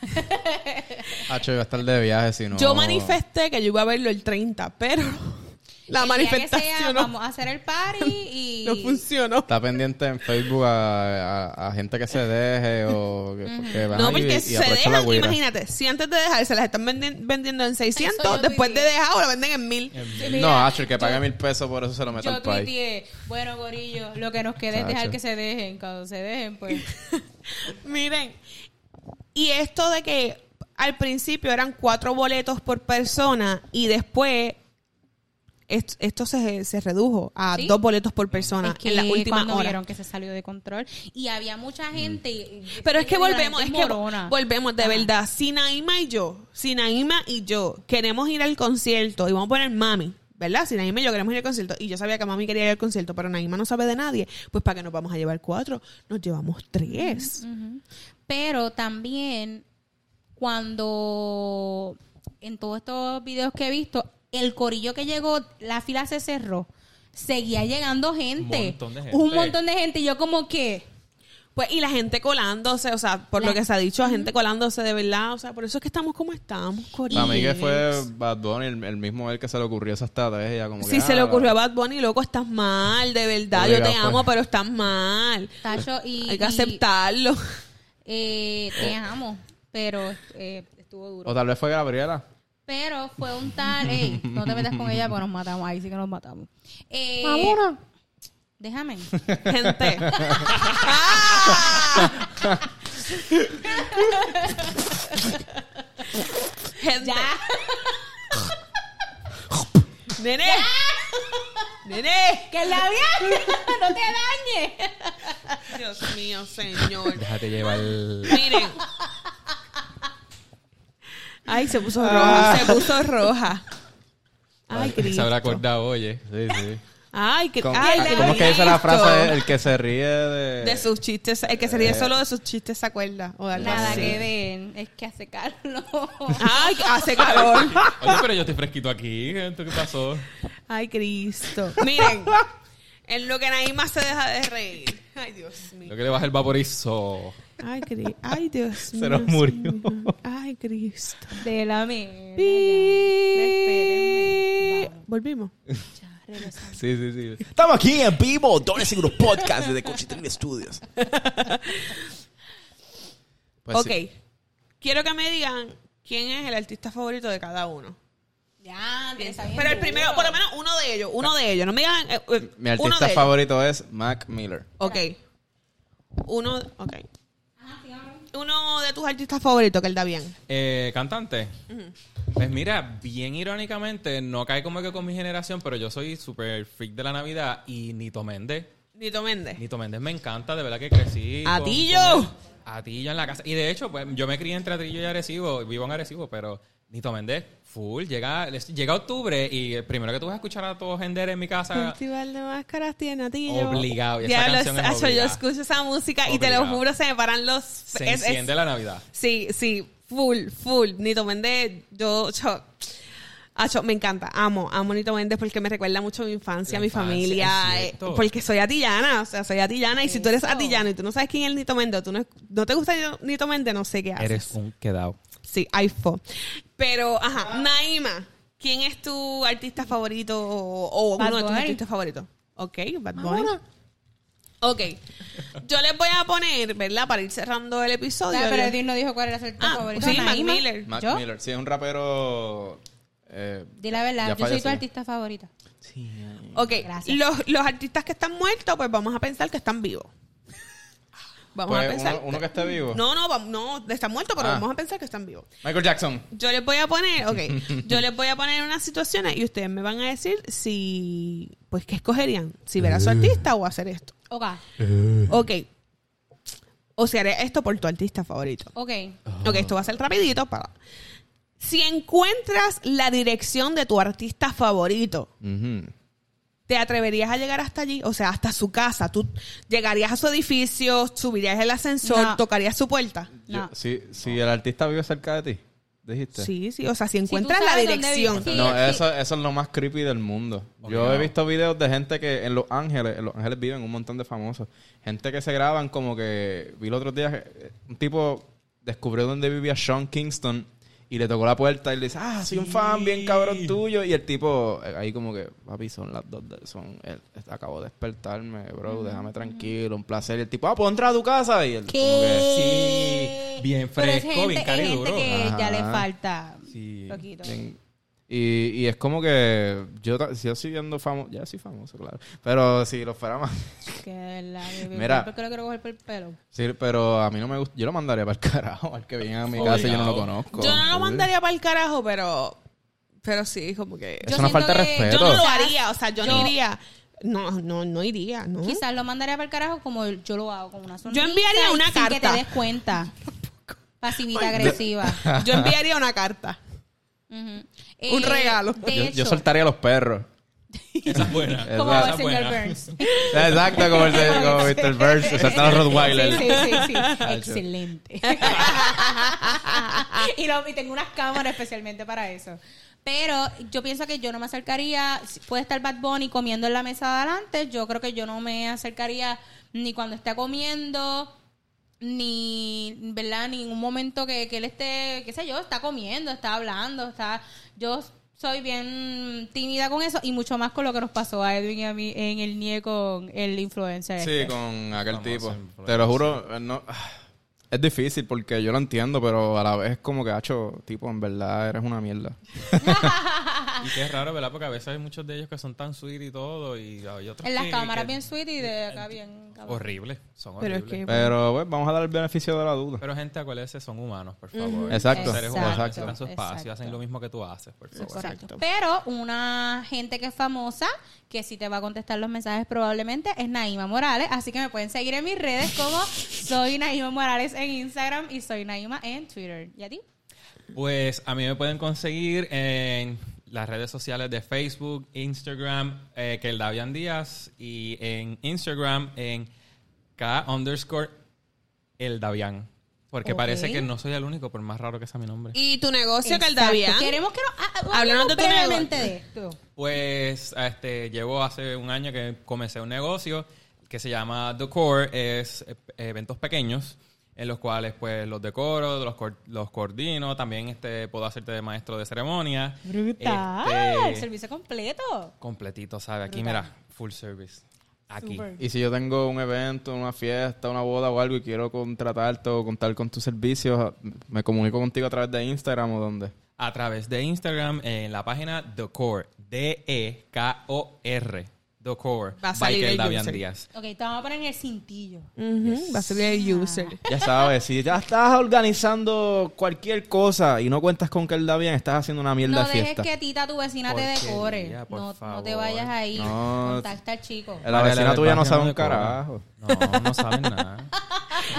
Speaker 3: Hacho, iba a estar de viaje si no.
Speaker 1: Yo manifesté que yo iba a verlo el 30, pero <laughs> la
Speaker 4: El día que sea,
Speaker 1: manifestación no,
Speaker 4: Vamos a hacer el party y...
Speaker 1: <laughs> no funcionó.
Speaker 3: Está pendiente en Facebook a, a- a gente que se deje o que, porque van
Speaker 1: No,
Speaker 3: ahí
Speaker 1: porque
Speaker 3: y
Speaker 1: se
Speaker 3: aprovecha la
Speaker 1: dejan,
Speaker 3: guira.
Speaker 1: imagínate, si antes de dejar se las están vendi- vendiendo en 600,
Speaker 4: yo
Speaker 1: después
Speaker 4: viví.
Speaker 1: de dejar la venden en 1000.
Speaker 4: Sí,
Speaker 3: No,
Speaker 1: ah,
Speaker 4: mira,
Speaker 3: Hacho, el que paga
Speaker 4: yo-
Speaker 3: mil pesos por eso se lo mete
Speaker 4: Yo
Speaker 3: al país.
Speaker 4: tuiteé, bueno, gorillo, lo que nos queda es dejar
Speaker 3: Chacho.
Speaker 4: que se dejen. Cuando se dejen,
Speaker 1: <laughs>
Speaker 4: pues...
Speaker 1: Miren, y esto de que al principio eran cuatro boletos por persona y después est- esto se, se redujo a
Speaker 4: Sí.
Speaker 1: dos boletos por persona
Speaker 4: Es que
Speaker 1: en las últimas
Speaker 4: cuando
Speaker 1: horas.
Speaker 4: vieron que se salió de control y había mucha gente.
Speaker 1: Mm. Pero es que
Speaker 4: la gente
Speaker 1: volvemos, es que
Speaker 4: morona. Ah.
Speaker 1: volvemos, de
Speaker 4: Ajá.
Speaker 1: verdad. Sinaima y yo, Sinaima y yo queremos ir al concierto y vamos a poner mami, ¿verdad? Sinaima y yo queremos ir al concierto y yo sabía que mami quería ir al concierto, pero Naima no sabe de nadie. Pues para qué nos vamos a llevar cuatro, nos llevamos tres.
Speaker 4: Pero también cuando en todos estos videos que he visto, el corillo que llegó, la fila se cerró. Seguía llegando gente.
Speaker 5: Un montón de gente.
Speaker 4: Un montón de gente. Y yo como que...
Speaker 1: Pues y la gente colándose, o sea, por
Speaker 4: La-
Speaker 1: lo que se ha dicho, la gente colándose de verdad, o sea, por eso es que estamos como estamos,
Speaker 3: Para mí que
Speaker 1: Corines.
Speaker 3: fue Bad Bunny, el, el mismo él que se le ocurrió esa estrategia. Como
Speaker 1: Si
Speaker 3: que,
Speaker 1: se le
Speaker 3: ah,
Speaker 1: ocurrió a Bad Bunny, loco, estás mal, de verdad, yo te
Speaker 3: Obligado,
Speaker 1: amo,
Speaker 3: pues.
Speaker 1: pero estás mal.
Speaker 4: Tacho, y...
Speaker 1: Hay que
Speaker 4: y, <laughs>
Speaker 1: aceptarlo.
Speaker 4: eh, te amo, pero eh, estuvo duro.
Speaker 3: O tal vez fue Gabriela.
Speaker 4: Pero fue un tal, ey, no te metas con ella porque nos matamos, ahí sí que nos matamos. Eh, Déjame. <laughs>
Speaker 1: Gente. ¡Ah! Gente.
Speaker 4: Ya.
Speaker 1: Nene. Nene.
Speaker 4: ¡Que la veas! ¡No te dañes!
Speaker 1: Dios mío, señor.
Speaker 5: Déjate llevar...
Speaker 1: Miren. Ay, se
Speaker 4: Ah.
Speaker 1: puso roja, se puso roja. Ay,
Speaker 5: Se
Speaker 1: Cristo.
Speaker 5: habrá acordado, oye.
Speaker 3: Sí, sí.
Speaker 1: Ay, que,
Speaker 3: ¿Cómo,
Speaker 1: ay,
Speaker 3: ah, cómo es que dice la
Speaker 1: Cristo.
Speaker 3: frase? El que se ríe de... Eh.
Speaker 1: De sus chistes, el que se ríe solo de sus chistes se acuerda. O de algo
Speaker 4: Nada
Speaker 1: así.
Speaker 4: que ver, es que hace calor.
Speaker 5: <laughs>
Speaker 1: Ay, hace calor.
Speaker 4: <laughs>
Speaker 5: Oye, pero yo estoy fresquito aquí. ¿Esto qué pasó?
Speaker 1: Ay, Cristo. Miren, en lo que Naima se deja de reír. Ay, Dios mío.
Speaker 5: Lo que le baja el vaporizo.
Speaker 1: Ay, Cri- Ay Dios mío.
Speaker 3: <laughs> Se nos murió.
Speaker 1: señor. Ay, Cristo.
Speaker 4: De la mierda. ya.
Speaker 1: Pi-
Speaker 4: Respétenme.
Speaker 1: Volvimos.
Speaker 3: Sí, sí, sí.
Speaker 2: Estamos aquí en vivo, Dones Seguros Podcast desde Cochitril Studios.
Speaker 3: <laughs> Pues
Speaker 1: ok.
Speaker 3: sí.
Speaker 1: Quiero que me digan quién es el artista favorito de cada uno.
Speaker 4: Ya, te está bien
Speaker 1: Pero el primero,
Speaker 4: duro.
Speaker 1: por lo menos uno de ellos, uno de ellos. No me digan. eh, eh,
Speaker 3: Mi
Speaker 1: uno de
Speaker 3: artista
Speaker 1: ellos.
Speaker 3: favorito es Mac Miller.
Speaker 1: Ok. Uno, ok.
Speaker 4: Ah,
Speaker 1: Uno de tus artistas favoritos que él da bien.
Speaker 5: Eh, cantante. Pues mira, bien irónicamente, no cae como que con mi generación, pero yo soy super freak de la Navidad y Nito Méndez.
Speaker 1: Nito Méndez.
Speaker 5: Nito Méndez me encanta, de verdad que crecí. con-
Speaker 1: Atillo.
Speaker 5: con él. Atillo en la casa. Y de hecho, pues yo me crié entre Atillo y Arecibo, vivo en Arecibo, pero Nito Méndez, full. Llega, les- llega octubre y el primero que tú vas a escuchar a todos Gender en mi casa.
Speaker 1: Festival de máscaras tiene a ti. yo.
Speaker 5: Obligado, y esa
Speaker 1: Diablo,
Speaker 5: canción es
Speaker 1: Sacho, yo
Speaker 5: obligada.
Speaker 1: escucho esa música y te lo
Speaker 5: Obligado.
Speaker 1: juro, se me paran los.
Speaker 5: Se
Speaker 1: es- es-
Speaker 5: enciende la Navidad.
Speaker 1: Sí, sí, full, full. Nito Méndez, yo. yo- Acho, me encanta, amo, amo Nito Méndez porque me recuerda mucho a mi infancia,
Speaker 5: La
Speaker 1: a mi
Speaker 5: infancia, es
Speaker 1: familia, eh,
Speaker 5: cierto.
Speaker 1: porque soy atillana, o sea, soy atillana y si tú eres
Speaker 4: Eso.
Speaker 1: atillano y tú no sabes quién es Nito Méndez, tú no, no te gusta Nito Méndez, no sé qué haces.
Speaker 5: un quedado.
Speaker 1: Sí, iPhone. Pero, ajá, Naima, ¿quién es tu artista favorito o, o
Speaker 4: Bad
Speaker 1: uno de tus
Speaker 4: Bunny.
Speaker 1: artistas favoritos? Ok, Bad Bunny.
Speaker 4: Ah,
Speaker 1: Ok. Yo les voy a poner, ¿verdad? Para ir cerrando el
Speaker 3: Oh,
Speaker 1: episodio.
Speaker 4: Ah, pero
Speaker 1: yo-
Speaker 4: Edwin no dijo cuál era su artista
Speaker 1: Ah,
Speaker 4: favorito.
Speaker 1: sí, Mac
Speaker 4: Naima.
Speaker 1: Miller.
Speaker 3: Mac
Speaker 4: ¿Yo?
Speaker 3: Miller. Sí, es un rapero... Eh,
Speaker 4: Di la
Speaker 3: ya
Speaker 4: verdad, yo soy tu
Speaker 3: falleció.
Speaker 4: artista favorita.
Speaker 1: Ok,
Speaker 4: Gracias.
Speaker 1: los, los artistas que están muertos, pues vamos a pensar que están
Speaker 3: <laughs>
Speaker 1: vivos. Vamos
Speaker 3: Pues,
Speaker 1: a pensar.
Speaker 3: uno, uno que esté vivo.
Speaker 1: No, no, vam- no, están muertos, pero
Speaker 3: Ah.
Speaker 1: vamos a pensar que están vivos.
Speaker 3: Michael Jackson.
Speaker 1: Yo les voy a poner,
Speaker 3: <laughs>
Speaker 1: ok, yo les voy a poner unas situaciones y ustedes me van a decir si, pues, ¿qué escogerían? Si ver a su artista o hacer esto.
Speaker 4: Ok,
Speaker 1: Ok. O sea, haré esto por tu artista favorito.
Speaker 4: ok.
Speaker 1: Ok, esto va a ser rapidito para... Si encuentras la dirección de tu artista favorito, ¿Te atreverías a llegar hasta allí? O sea, hasta su casa. Tú llegarías a su edificio, subirías el ascensor,
Speaker 4: No.
Speaker 1: tocarías su puerta.
Speaker 4: No.
Speaker 3: Yo- si, si el artista vive cerca de ti, dijiste.
Speaker 1: Sí, sí. O sea, si
Speaker 4: tú
Speaker 1: encuentras la
Speaker 4: sabes dónde
Speaker 1: dirección.
Speaker 4: vive, sí.
Speaker 3: no, eso, eso es lo más creepy del mundo. Yo he visto videos de gente que en Los Ángeles, en Los Ángeles viven un montón de famosos. Gente que se graban como que vi el otro día que, eh, un tipo descubrió dónde vivía Sean Kingston y le tocó la puerta y le dice, ah, soy un fan bien cabrón tuyo. Y el tipo eh, ahí como que, papi, son las dos, de- son, él, acabo de despertarme, bro, déjame tranquilo, un placer. Y el tipo, ah, pues entra a tu casa. Y él como que,
Speaker 5: Sí, bien
Speaker 4: Pero es
Speaker 5: fresco,
Speaker 4: gente,
Speaker 5: bien
Speaker 4: es
Speaker 5: caro y
Speaker 4: gente
Speaker 5: duro.
Speaker 4: que
Speaker 3: Ajá.
Speaker 4: ya le falta
Speaker 3: Sí.
Speaker 4: poquito.
Speaker 3: Bien. Y, y es como que yo, ta- si yo estoy viendo famoso, ya soy famoso, claro. Pero si lo fuera más. <laughs>
Speaker 4: Que de verdad, yo- yo
Speaker 3: Mira.
Speaker 4: Porque lo quiero coger por el pelo.
Speaker 3: Sí, pero a mí no me gusta. Yo lo mandaría para el <laughs> carajo. Al que viene a mi casa yo no lo conozco.
Speaker 1: Yo no lo
Speaker 3: Full.
Speaker 1: mandaría para el carajo, pero. Pero sí, como que.
Speaker 3: Es una
Speaker 4: siento
Speaker 3: falta de
Speaker 4: que-
Speaker 3: respeto.
Speaker 1: Yo no lo
Speaker 4: Quizás-
Speaker 1: haría, o sea, yo, no
Speaker 4: yo-
Speaker 1: iría. No, no, no iría,
Speaker 3: ¿Mm?
Speaker 1: ¿no?
Speaker 4: Quizás lo mandaría para el carajo como yo lo hago, con una sonrisa.
Speaker 1: enviaría
Speaker 4: y
Speaker 1: una
Speaker 4: sin que
Speaker 1: carta.
Speaker 4: te des
Speaker 3: <laughs>
Speaker 4: cuenta. Pasivita agresiva.
Speaker 1: Yo enviaría una carta.
Speaker 4: Ujú.
Speaker 1: Un regalo.
Speaker 4: Eh, de
Speaker 3: Yo, yo
Speaker 4: hecho,
Speaker 3: soltaría a los perros.
Speaker 5: Esa es <laughs> buena.
Speaker 3: Eh,
Speaker 4: como
Speaker 3: Esa-
Speaker 4: el señor
Speaker 5: buena.
Speaker 4: Burns.
Speaker 3: Exacto, <laughs> como,
Speaker 1: <laughs>
Speaker 3: el, como Mr. Burns. Soltar a los Rottweilers.
Speaker 4: Sí, sí, sí, sí.
Speaker 3: Ah,
Speaker 4: Excelente. <laughs> y, lo- y tengo unas cámaras especialmente para eso. Pero yo pienso que yo no me acercaría, si puede estar Bad Bunny comiendo en la mesa de adelante, yo creo que yo no me acercaría ni cuando está comiendo, ni, ¿verdad? Ni en un momento que, que él esté, qué sé yo, está comiendo, está hablando, está... Yo soy bien tímida con eso y mucho más con lo que nos pasó a Edwin y a mí en el NIE con el influencer.
Speaker 3: Sí,
Speaker 4: este.
Speaker 3: con aquel
Speaker 5: Famoso
Speaker 3: tipo.
Speaker 5: influencer.
Speaker 3: Te lo juro, eh, no, <sighs> es difícil porque yo lo entiendo, pero a la vez es como que, hacho, tipo, en verdad eres una mierda.
Speaker 5: Y que es raro, ¿verdad? Porque a veces hay muchos de ellos que son tan sweet y todo. Y hay otros
Speaker 4: En las
Speaker 5: que-
Speaker 4: cámaras
Speaker 5: que-
Speaker 4: bien sweet y de acá bien... cabrón.
Speaker 5: Horribles. Son
Speaker 1: Pero es
Speaker 5: horribles.
Speaker 1: que-
Speaker 3: Pero, pues, vamos a dar el beneficio de la duda.
Speaker 5: Pero gente, acuérdense, son humanos, por favor.
Speaker 3: Exacto,
Speaker 5: Son seres humanos,
Speaker 3: exacto.
Speaker 5: necesitan su espacio,
Speaker 4: exacto.
Speaker 5: hacen lo mismo que tú haces, por favor.
Speaker 4: Correcto. Pero una gente que es famosa, que sí te va a contestar los mensajes probablemente, es Naima Morales. Así que me pueden seguir en mis redes como soy Naima Morales en Instagram y soy Naima en Twitter. ¿Y a ti?
Speaker 5: Pues a mí me pueden conseguir en las redes sociales de Facebook, Instagram, eh, que el Davian Díaz, y en Instagram en K underscore el Davian. Porque
Speaker 4: Ok.
Speaker 5: parece que no soy el único, por más raro que sea mi nombre.
Speaker 1: ¿Y tu negocio,
Speaker 4: Exacto.
Speaker 1: Caldavian?
Speaker 4: Queremos que nos...
Speaker 1: Háblanos
Speaker 4: Hablamos
Speaker 1: de tu
Speaker 4: brevemente de esto.
Speaker 5: Pues este, llevo hace un año que comencé un negocio que se llama The Core, es eh, eventos pequeños en los cuales pues los decoro, los, cor- los coordino, también este puedo hacerte de maestro de ceremonia.
Speaker 4: Brutal.
Speaker 5: Este,
Speaker 4: El servicio completo.
Speaker 5: completito, ¿sabe? Aquí mira, full service. Aquí.
Speaker 4: Súper.
Speaker 3: Y si yo tengo un evento, una fiesta, una boda o algo y quiero contratarte o contar con tus servicios, me comunico contigo a través de Instagram o donde.
Speaker 5: A través de Instagram en la página The Core, D E K O R. The Core.
Speaker 1: Va a salir
Speaker 5: Michael
Speaker 1: el
Speaker 5: Davian
Speaker 1: user.
Speaker 5: Díaz.
Speaker 4: Ok, te vamos a poner en el cintillo.
Speaker 1: Ujú, Va a ser el user.
Speaker 3: Ya sabes, si ya estás organizando cualquier cosa y no cuentas con que él da bien, estás haciendo una mierda de
Speaker 4: No dejes
Speaker 3: fiesta.
Speaker 4: que Tita, tu vecina, te
Speaker 5: Porquería,
Speaker 4: decore.
Speaker 5: por
Speaker 4: No, no te
Speaker 5: favor.
Speaker 4: vayas ahí.
Speaker 3: No.
Speaker 4: Contacta al chico.
Speaker 3: La vecina
Speaker 5: Del
Speaker 3: tuya no
Speaker 5: barrio
Speaker 3: sabe un
Speaker 5: decora.
Speaker 3: carajo.
Speaker 5: No, no
Speaker 1: <laughs>
Speaker 5: saben nada.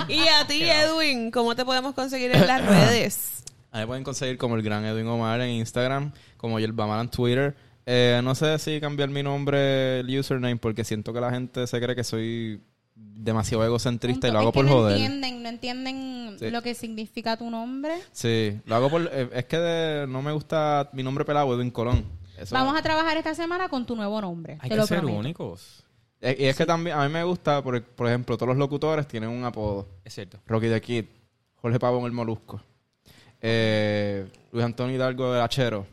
Speaker 1: Y a ti, Edwin, ¿cómo te podemos conseguir en las redes?
Speaker 3: A mí pueden conseguir como el gran Edwin Omar en Instagram, como Yerbamar en Twitter. Eh, no sé si cambiar mi nombre, el username, porque siento que la gente se cree que soy demasiado egocentrista y
Speaker 4: Punto.
Speaker 3: lo hago
Speaker 4: Es que
Speaker 3: por
Speaker 4: no
Speaker 3: joder.
Speaker 4: Entienden, no entienden
Speaker 3: Sí.
Speaker 4: lo que significa tu nombre.
Speaker 3: Sí, lo hago por... eh, es que de- no me gusta mi nombre pelado, Edwin Colón. Eso-
Speaker 4: Vamos a trabajar esta semana con tu nuevo nombre.
Speaker 5: Hay
Speaker 4: te
Speaker 5: que
Speaker 4: lo
Speaker 5: ser
Speaker 4: prometo.
Speaker 5: únicos.
Speaker 3: Eh, Y es que también a mí me gusta, por, por ejemplo, todos los locutores tienen un apodo.
Speaker 5: Es cierto.
Speaker 3: Rocky the Kid, Jorge Pavón el Molusco, eh, Luis Antonio Hidalgo el Hachero.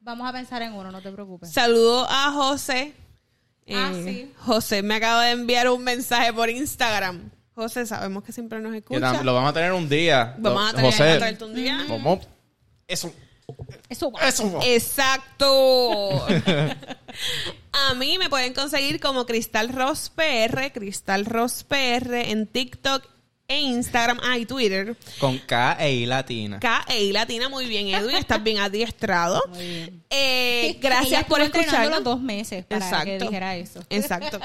Speaker 4: Vamos a pensar en uno, no te preocupes.
Speaker 1: Saludo a José.
Speaker 4: Pues.
Speaker 1: Eh,
Speaker 4: Ah, sí.
Speaker 1: José me acaba de enviar un mensaje por Instagram. José, sabemos que siempre nos
Speaker 3: Que
Speaker 1: escucha.
Speaker 3: tam- lo vamos a tener un día.
Speaker 1: Vamos
Speaker 3: Lo-
Speaker 1: a tener que traerte un
Speaker 3: José,
Speaker 1: día.
Speaker 3: ¿cómo? Eso,
Speaker 4: Eso va. <laughs>
Speaker 3: eso. <laughs>
Speaker 1: Exacto. A mí me pueden conseguir como Cristal Ross PR, Cristal Ross PR en TikTok e Instagram, ah, y Twitter.
Speaker 3: Con K e I latina.
Speaker 1: K e I Latina, muy bien, Edwin, estás bien adiestrado.
Speaker 4: Muy bien.
Speaker 1: Eh,
Speaker 4: <laughs> Ella
Speaker 1: gracias
Speaker 4: estuvo
Speaker 1: por
Speaker 4: entrenándolo
Speaker 1: escucharnos.
Speaker 4: dos meses para que dijera eso.
Speaker 1: Exacto.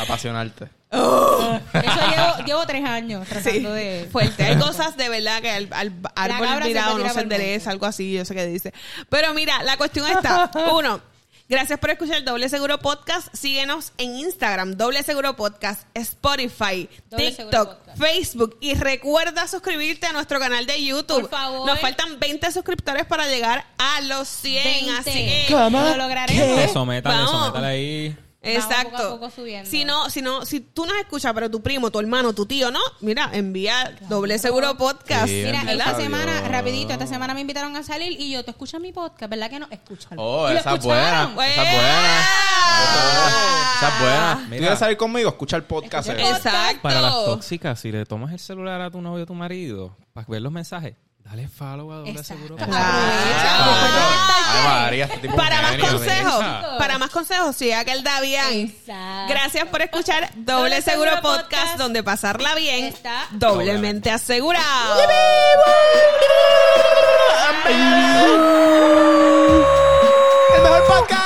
Speaker 3: Apasionarte.
Speaker 4: Eso llevo, llevo tres
Speaker 1: <laughs>
Speaker 4: años tratando de...
Speaker 1: Fuerte. Hay cosas de verdad que al, al árbol
Speaker 4: cabra siempre
Speaker 1: mirado no se
Speaker 4: tira pa'l monte. <laughs>
Speaker 1: endereza, algo así, yo sé que dice. Pero mira, la cuestión está. Uno, Gracias por escuchar Doble Seguro Podcast. Síguenos en Instagram, Doble Seguro Podcast, Spotify,
Speaker 4: Doble Seguro
Speaker 1: TikTok,
Speaker 4: Podcast.
Speaker 1: Facebook. Y recuerda suscribirte a nuestro canal de YouTube.
Speaker 4: Por favor.
Speaker 1: Nos faltan 20 suscriptores para llegar a los 100.
Speaker 4: 20.
Speaker 1: Así que.
Speaker 4: Lo
Speaker 5: Le
Speaker 4: lograremos.
Speaker 5: sometan, le
Speaker 1: Vamos.
Speaker 5: sometan ahí.
Speaker 1: Exacto.
Speaker 4: poco a poco subiendo.
Speaker 1: Si no, si no, si tú nos escuchas, pero tu primo, tu hermano, tu tío, ¿no? Mira, envía doble seguro podcast.
Speaker 2: Sí,
Speaker 4: Mira,
Speaker 2: Bendito
Speaker 4: esta
Speaker 2: Dios.
Speaker 4: semana, rapidito, esta semana me invitaron a salir y yo, ¿tú escuchas mi podcast? ¿Verdad que no? Escúchalo.
Speaker 3: Oh,
Speaker 4: Y lo
Speaker 3: esa es
Speaker 4: escucharon.
Speaker 3: buena. Esa es buena.
Speaker 1: ¡Ah!
Speaker 3: Esa es buena.
Speaker 5: Mira.
Speaker 3: ¿Tú quieres salir conmigo? Escucha el podcast.
Speaker 4: Escucha el
Speaker 3: eh.
Speaker 4: podcast.
Speaker 1: Exacto.
Speaker 5: Para las tóxicas, si le tomas el celular a tu novio o tu marido para ver los mensajes, dale follow a doble
Speaker 4: Exacto.
Speaker 5: seguro.
Speaker 1: Ah, Aprovecha.
Speaker 3: Ay, María, este tipo es un
Speaker 1: ah, Para más
Speaker 3: genio.
Speaker 1: consejos,
Speaker 5: Esa.
Speaker 1: para más consejos, sigue aquel Davián.
Speaker 4: Exacto.
Speaker 1: Gracias por escuchar Doble Seguro Podcast, donde pasarla bien
Speaker 4: Está
Speaker 1: doblemente asegurado.
Speaker 3: El mejor podcast.